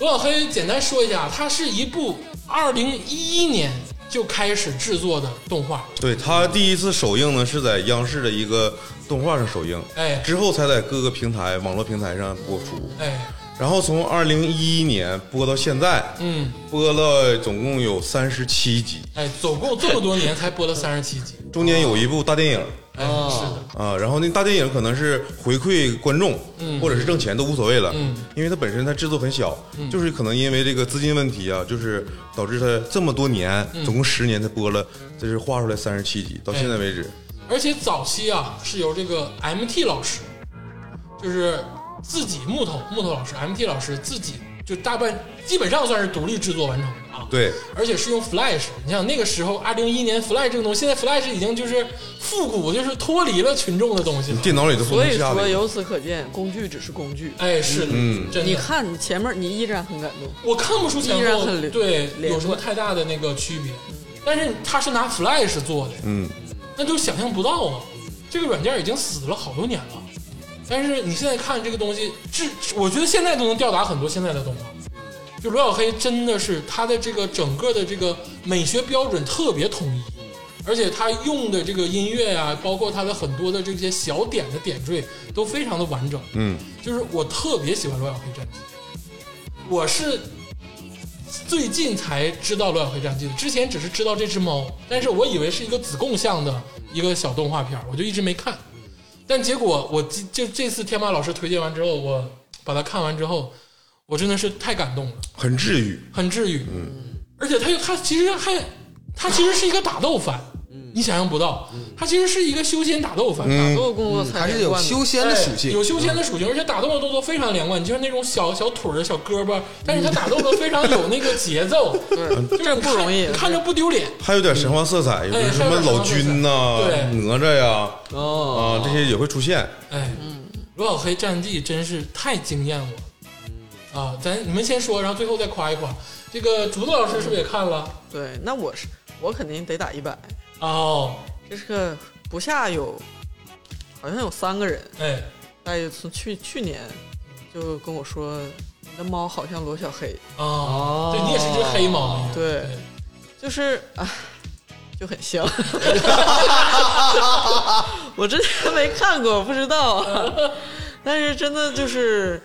罗小黑简单说一下，它是一部二零一一年就开始制作的动画。对他第一次首映呢是在央视的一个动画上首映，哎之后才在各个平台、网络平台上播出。哎，然后从二零一一年播到现在，嗯，播了总共有三十七集，哎，总共这么多年才播了三十七集。中间有一部大电影哎，是的，啊，然后那大电影可能是回馈观众，嗯或者是挣钱都无所谓了，嗯因为它本身它制作很小，就是可能因为这个资金问题啊，就是导致它这么多年，总共十年，它播了，这是画出来三十七集，到现在为止，而且早期啊是由这个 MT 老师，就是自己木头木头老师 MT 老师自己就大半基本上算是独立制作完成的啊。对，而且是用 Flash。你想那个时候，二零一年 Flash 这个东西，现在 Flash 已经就是复古，就是脱离了群众的东西了。电脑里都不所能以下说，的，由此可见，工具只是工具。哎，是的，嗯真你的，看你前面，你依然很感动。我看不出前依然后很连对连贯有什么太大的那个区别，但是他是拿 Flash 做的，嗯，那就想象不到啊！这个软件已经死了好多年了，但是你现在看这个东西，至我觉得现在都能吊打很多现在的动画。就罗小黑真的是他的这个整个的这个美学标准特别统一，而且他用的这个音乐啊，包括他的很多的这些小点的点缀都非常的完整。嗯，就是我特别喜欢罗小黑战记，我是最近才知道《罗小黑战记》的，之前只是知道这只猫，但是我以为是一个子贡向的一个小动画片儿，我就一直没看。但结果我今就这次天马老师推荐完之后，我把它看完之后，我真的是太感动了，很治愈，很治愈。嗯，而且它又它其实还它其实是一个打斗番，你想象不到，它其实是一个修仙打斗番。所嗯，有工作才还是有修仙的属哎性嗯有。修仙的属性，而且打斗的动作非常连贯，你就是那种小小腿儿、小胳膊，但是他打斗的非常有那个节 *laughs* 奏，对，就是这你不容易看。看着不丢脸。还有点神话色彩，有哎什么老君呐、还有点神哪吒呀、啊哦，这些也会出现，哎，嗯罗小黑战绩真是太惊艳我嗯了啊！咱你们先说，然后最后再夸一夸。这个竹子老师是不是也看了？对，那我是我肯定得打一百。哦，这是个不下有，好像有三个人，哎，哎，从去去年就跟我说，你的猫好像罗小黑，哦，对你也是只黑猫，对，就是啊，就很像。 *laughs* 我之前没看过，不知道啊。但是真的就是，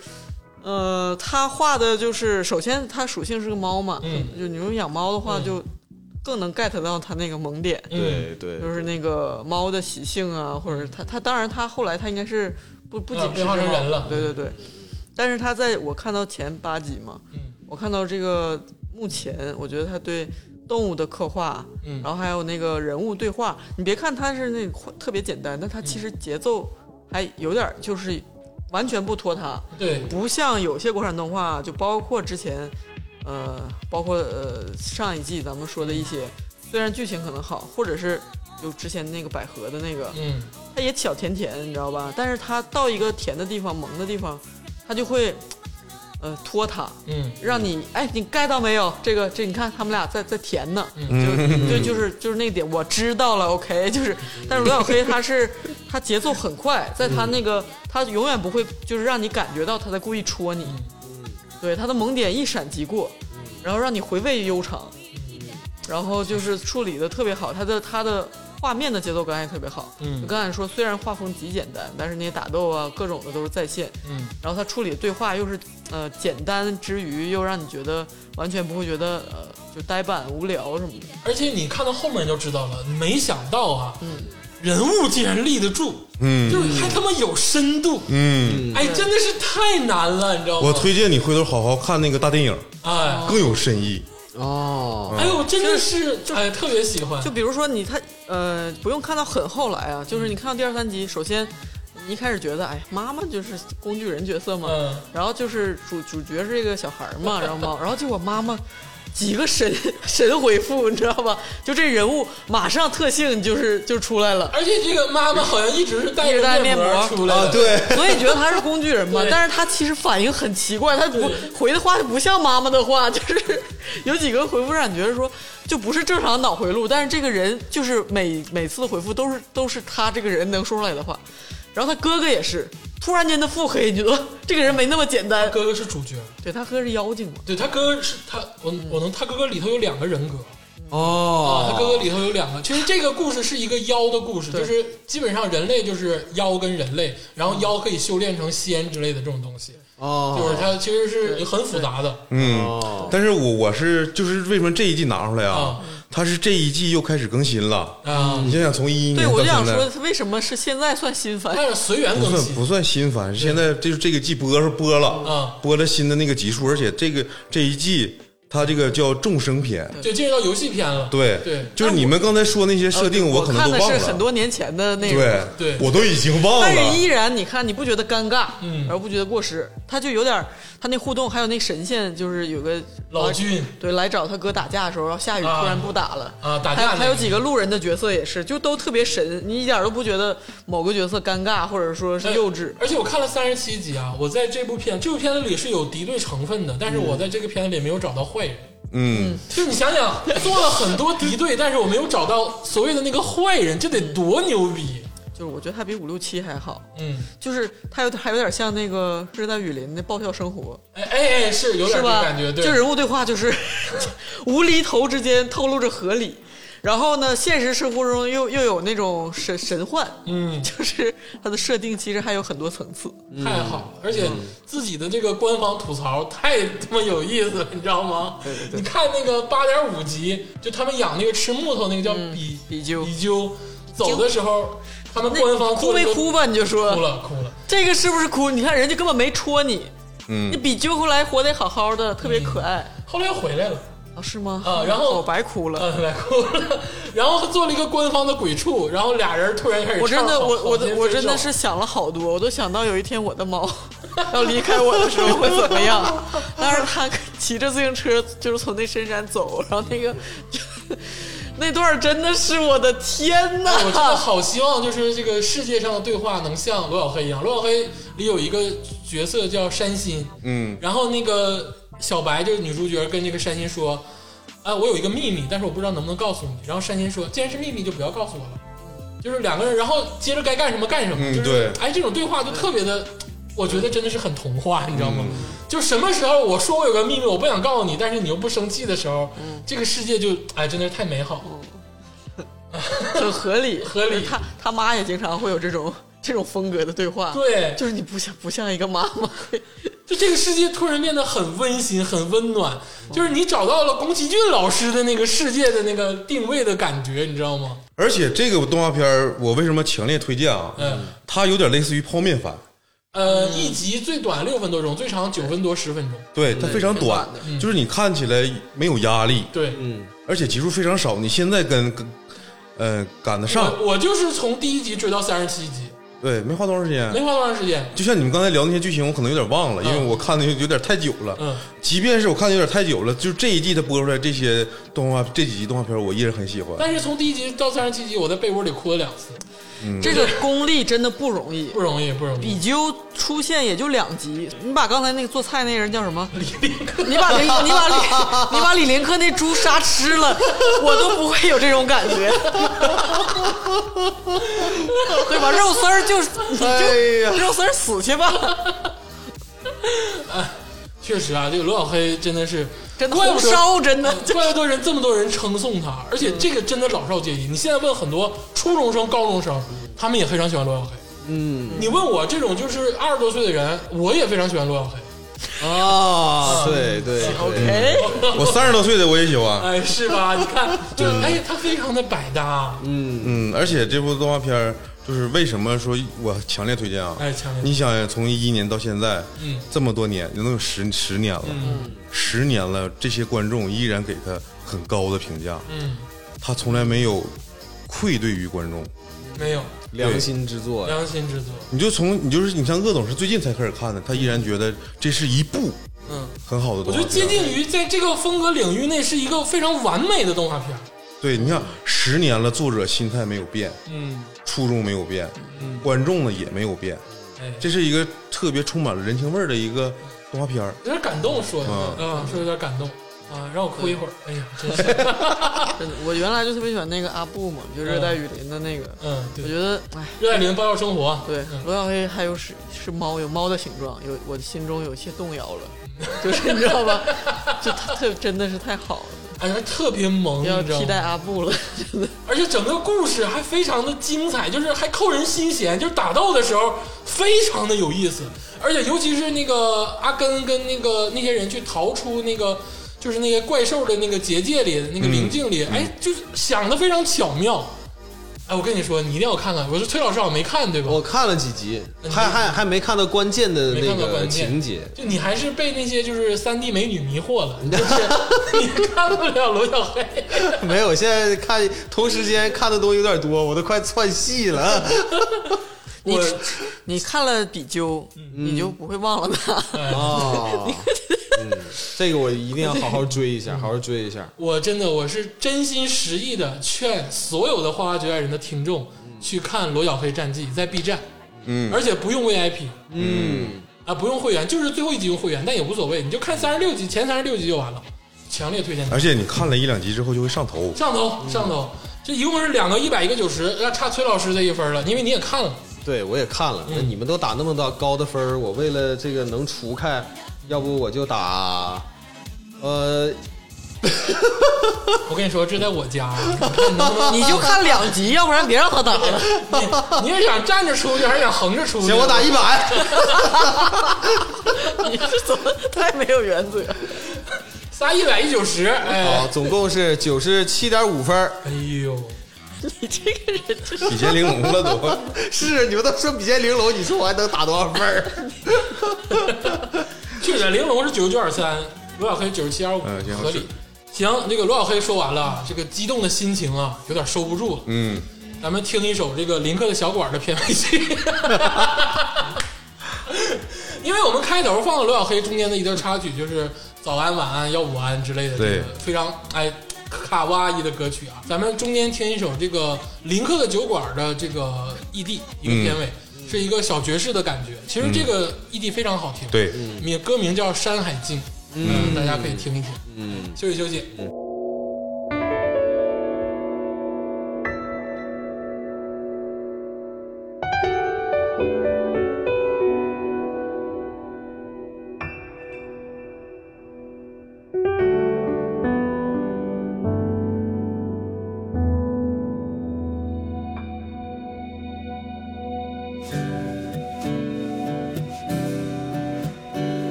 呃，他画的就是，首先它属性是个猫嘛，嗯就你用养猫的话，嗯就更能 get 到它那个萌点。嗯，对就是那个猫的习性啊，或者是它它当然它后来它应该是不不仅啊是变化成猫人了对对对。但是它在我看到前八集嘛，嗯我看到这个目前，我觉得它对动物的刻画，嗯然后还有那个人物对话，你别看它是那个画特别简单，但它嗯其实节奏还有点儿就是完全不拖沓，对，不像有些国产动画，就包括之前，呃，包括呃上一季咱们说的一些，虽然剧情可能好，或者是就之前那个百合的那个，嗯，它也小甜甜，你知道吧？但是它到一个甜的地方、萌的地方，它就会，呃，拖沓，嗯，让你哎，你 get 到没有？这个这你看他们俩在在甜呢，就就就是就是那点我知道了，OK，就是， *laughs* 但是罗小黑他是他节奏很快，在他那个他永远不会就是让你感觉到他在故意戳你，对他的萌点一闪即过，然后让你回味悠长，然后就是处理的特别好，他的他的。画面的节奏感也特别好，嗯就刚才说，虽然画风极简单，但是那些打斗啊，各种的都是在线，嗯，然后他处理对话又是呃简单之余，又让你觉得完全不会觉得呃就呆板无聊什么的。而且你看到后面就知道了，没想到啊，嗯人物竟然立得住，嗯，就是还他妈有深度，嗯，哎，真的是太难了，你知道吗？我推荐你回头好好看那个大电影，哎，更有深意。哦，哎呦，真的是，哎，特别喜欢就，比如说你他呃，不用看到很后来啊，就是你看到第二三集，首先你一开始觉得，哎，妈妈就是工具人角色嘛，嗯然后就是主主角是这个小孩儿嘛，然后嘛，然后结果妈妈。几个神神回复，你知道吧？就这人物马上特性就是就出来了，而且这个妈妈好像一直是带一直戴着着面膜膜出来的，啊对， *laughs* 所以觉得他是工具人嘛对。但是他其实反应很奇怪，他不回的话不像妈妈的话，就是有几个回复让你觉得说就不是正常脑回路，但是这个人就是每每次的回复都是都是他这个人能说出来的话。然后他哥哥也是，突然间的腹黑，你觉得呃这个人没那么简单。哥哥是主角，对他哥是妖精嘛，对他哥哥是他，我我能他哥哥里头有两个人格啊，哦，他哥哥里头有两个。其实这个故事是一个妖的故事，就是基本上人类就是妖跟人类，然后妖可以修炼成仙之类的这种东西，啊哦，就是它其实是很复杂的。哦嗯， *laughs* 但是我我是就是为什么这一季拿出来啊啊？它是这一季又开始更新了。啊，你想想，从一一对年我就嗯到想现说在，他为什么是现在算新番？但是随缘不更算新不算新番，现在就是这个季播是播了啊，播了新的那个集数，而且这个这一季它这个叫众生篇，就进入到游戏片了。对对就是你们刚才说那些设定，呃我可能看都的忘是了，很多年前的那容。对对我都已经忘但是了依。然，你看，你不觉得尴尬，嗯然后不觉得过时，他就有点儿他那互动，还有那神仙，就是有个老君对来找他哥打架的时候，然后下雨啊突然不打了啊打架还有那个还有几个路人的角色也是，就都特别神，你一点都不觉得某个角色尴尬或者说是幼稚哎，而且我看了三十七集啊，我在这部片这部片子里是有敌对成分的，但是嗯我在这个片子里没有找到坏 *laughs* 人。嗯，就你想想，做了很多敌对，但是我没有找到所谓的那个坏人，这嗯得多牛逼！就是我觉得他比五六七还好，嗯，就是他有点还有点像那个《热带雨林》的爆笑生活，哎哎哎，是有点是这吧？感觉，对，就人物对话就是 *laughs* 无厘头之间透露着合理，然后呢，现实生活中又又有那种神神幻， *laughs* 嗯，就是它的设定其实还有很多层次。太好了，而嗯且自己的这个官方吐槽太他妈有意思了，你知道吗？对对对你看那个八点五集，就他们养那个吃木头那个叫比嗯比鸠比鸠，走的时候他们那官方哭做了没一个哭吧？你就哭说了哭了。这个是不是哭？你看人家根本没戳你，嗯那比揪回来活得好好的，特别可爱后来又回来了， *laughs* 啊？是吗？嗯啊然后我白哭了。嗯，来哭了， *laughs* 然后做了一个官方的鬼畜，然后俩人突然开始唱，我真的，好我我的我真的，好是想了好多，我都想到有一天我的猫要离开我的时候会怎么样。但是它骑着自行车就是从那深山走，然后那个那段儿真的是我的天呐！天真 *laughs* 我真的好希望就是这个世界上的对话能像罗小黑一样，罗小黑里有一个角色叫山心，嗯，然后那个小白就是女主角跟这个山心说，啊，我有一个秘密，但是我不知道能不能告诉你。然后山心说，既然是秘密，就不要告诉我了。就是两个人，然后接着该干什么干什么，嗯就是对哎，这种对话就特别的，我觉得真的是很童话，你知道吗？嗯就什么时候我说我有个秘密，我不想告诉你，但是你又不生气的时候，嗯这个世界就哎，真的是太美好了。很合理，合理就是他他妈也经常会有这种这种风格的对话，对就是你不像不像一个妈妈会，就这个世界突然变得很温馨、很温暖，嗯就是你找到了宫崎骏老师的那个世界的那个定位的感觉，你知道吗？而且这个动画片儿我为什么强烈推荐啊？嗯，它有点类似于泡面番，呃，嗯一集最短六分多钟，最长九分多十分钟。对，它非常短，就是你看起来没有压力，对，嗯而且集数非常少，你现在跟跟呃赶得上，我我就是从第一集追到三十七集，对，没花多长时嗯间没。花多长时间。就像你们刚才聊那些剧情，我可能有点忘了，因为我看的有点太久了。嗯，即便是我看的有点太久了，就这一季它播出来这些动画这几集动画片儿，我依然很喜欢。但是从第一集到三十七集，我在被窝里哭了两次，这个功力真的不容易不。容易，不容易。比究出现也就两集，你把刚才那个做菜那人叫什么？李 *laughs* 林克，你把林，你 *laughs* 把李，你把李林克那猪杀吃了，我都不会有这种感 *laughs* 觉，对吧？肉丝儿就是，你哎就、 *laughs* 肉丝儿死去吧，确实啊，这个罗小黑真的是，真的怪红不得烧真 *laughs* 的。 *laughs* 怪不得人这么多人称颂他，而且这个真的老少皆宜。你现在问很多初中生、高中生，他们也非常喜欢罗小黑。嗯，你问我这种就是二十多岁的人，我也非常喜欢罗小黑。 *laughs* 哦啊，对对对，哎，我三十多岁的我也喜欢，哎，是吧？你看， *laughs* 就哎，他非常的百搭，嗯，而且这部动画片儿就是为什么说我强烈推荐啊？哎强烈推荐你想想，从一一年到现在，嗯，这么多年，能有十十年了，嗯十年了，这些观众依然给他很高的评价，嗯，他从来没有愧对于观众。没有良心之作呀，良心之作，你就从你就是你像鄂总是最近才开始看的，他依然觉得这是一部嗯，很好的我动觉画得片接。近于在这个风格领域内是一个非常完美的动画片，对，你看十年了，作者心态没有变，嗯，初衷没有变，观众呢也没有变，哎，这是一个特别充满了人情味儿的一个动画片儿。有点感动，说的啊，说有点感动啊，让我哭一会儿，哎呀，真是， *laughs* 真的我原来就特别喜欢那个阿布嘛，就热带雨林的那个，嗯，我对，觉得哎。热爱林爆笑生活，嗯对，罗小黑还有是是猫，有猫的形状，有我的心中有些动摇了， *laughs* 就是你知道吧？就他特真的是太好了，哎呀，特别萌，要你知道替吗代？阿布 *laughs* 了，真的。而且整个故事还非常的精彩，就是还扣人心弦，就是打斗的时候非常的有意思，而且尤其是那个阿根跟那个那些人去逃出那个就是那些怪兽的那个结界里那个灵境嗯里，哎，就是想的非常巧妙。哎，我跟你说，你一定要看看。我说崔老师好像没看对吧？我看了几集，嗯还还还没看到关键的没那看到个关键情节，就你还是被那些就是三 D 美女迷惑了， *laughs* 就是你看不了罗小黑。 *laughs* 没有，现在看同时间看的东西有点多，我都快窜戏了。你你看了比丘，你就不会忘了他。 *laughs* 啊，嗯， *laughs* 这个我一定要好好追一下，好好追一下。我真的我是真心实意的劝所有的《花花绝爱人》的听众嗯去看《罗小黑战记》在 B 站，嗯而且不用 VIP 嗯，啊，不用会员，就是最后一集用会员，但也无所谓，你就看三十六集，前三十六集就完了，强烈推荐。而且你看了一两集之后就会上哎头，上头嗯上头，这一共是两个一百，一个九十，那差崔老师这一分了，因为你也看了，对，我也看了。那你们都打那么高高的分儿我为了这个能除开，要不我就打，呃，我跟你说，这在我 *laughs* 家，你看能不能 *laughs* 你就看两集，要不然别让他打了。你你是想站着出去，还是想横着出去？行，我打一百。 *laughs* 你是怎么太没有原则？仨一百一九十， *laughs* 好，哎，总共是九十七点五分儿。哎呦，你这个人真是比肩玲珑了都。 *laughs* 是，你们都说比肩玲珑，你说我还能打多少分儿？确诊玲珑是九十九点三，罗小黑九十七点五嗯行，合理是。行，这个罗小黑说完了，这个激动的心情啊，有点收不住了。嗯，咱们听一首这个林克的小馆的片尾曲， *laughs* 因为我们开头放了罗小黑中间的一段插曲，就是早安、晚安、要午安之类的，对这个非常哎卡哇伊的歌曲啊。咱们中间听一首这个林克的酒馆的这个 ED 一个嗯片尾，是一个小爵士的感觉。其实这个 ED 非常好听，对，名歌名叫《山海经》，嗯，大家可以听一听，嗯，休息休息。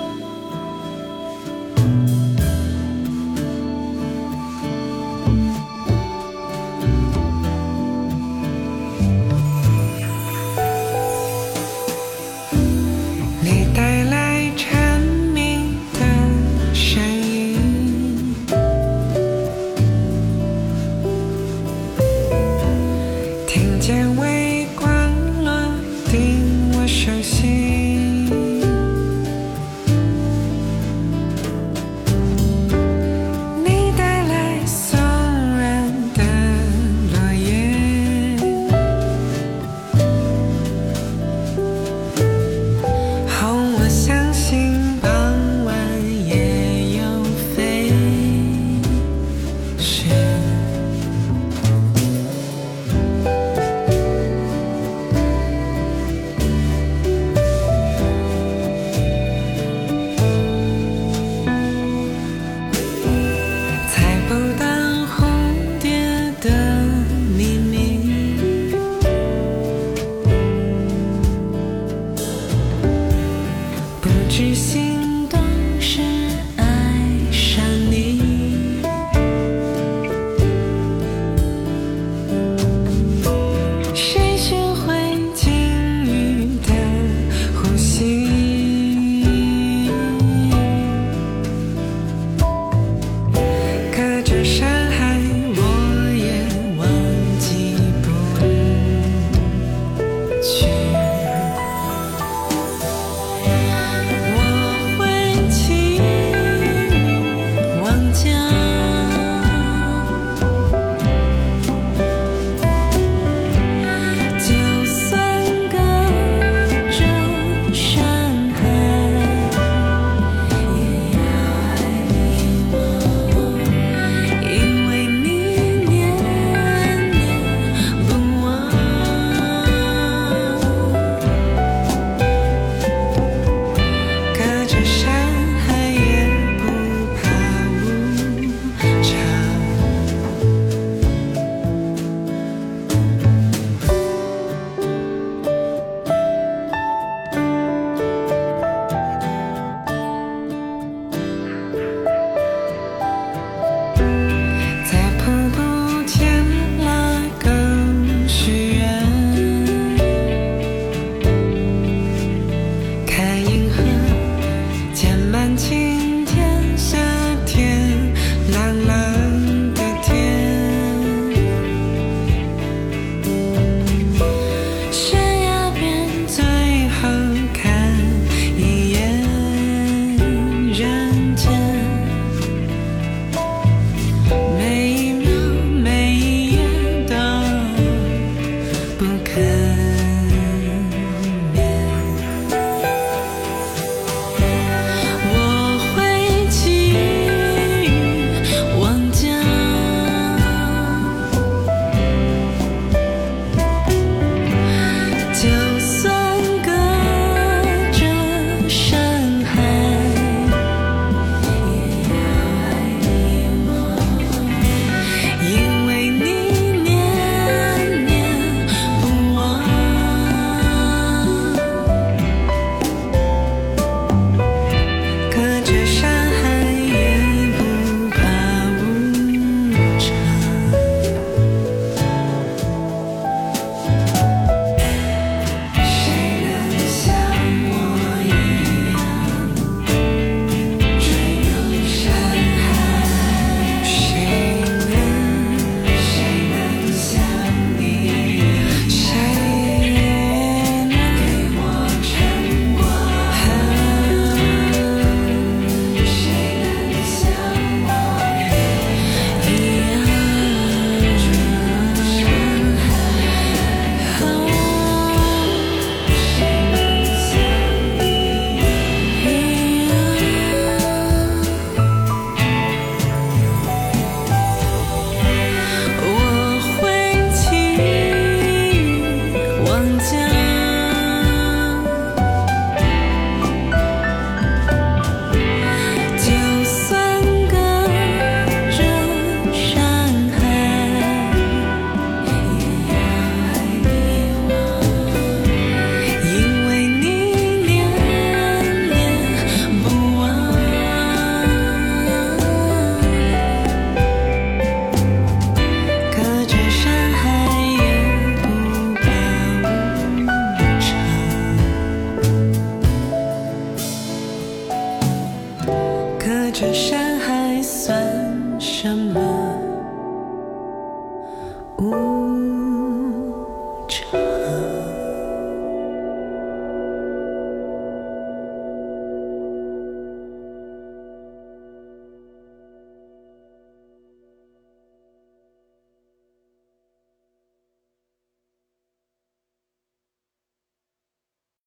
山海经，是心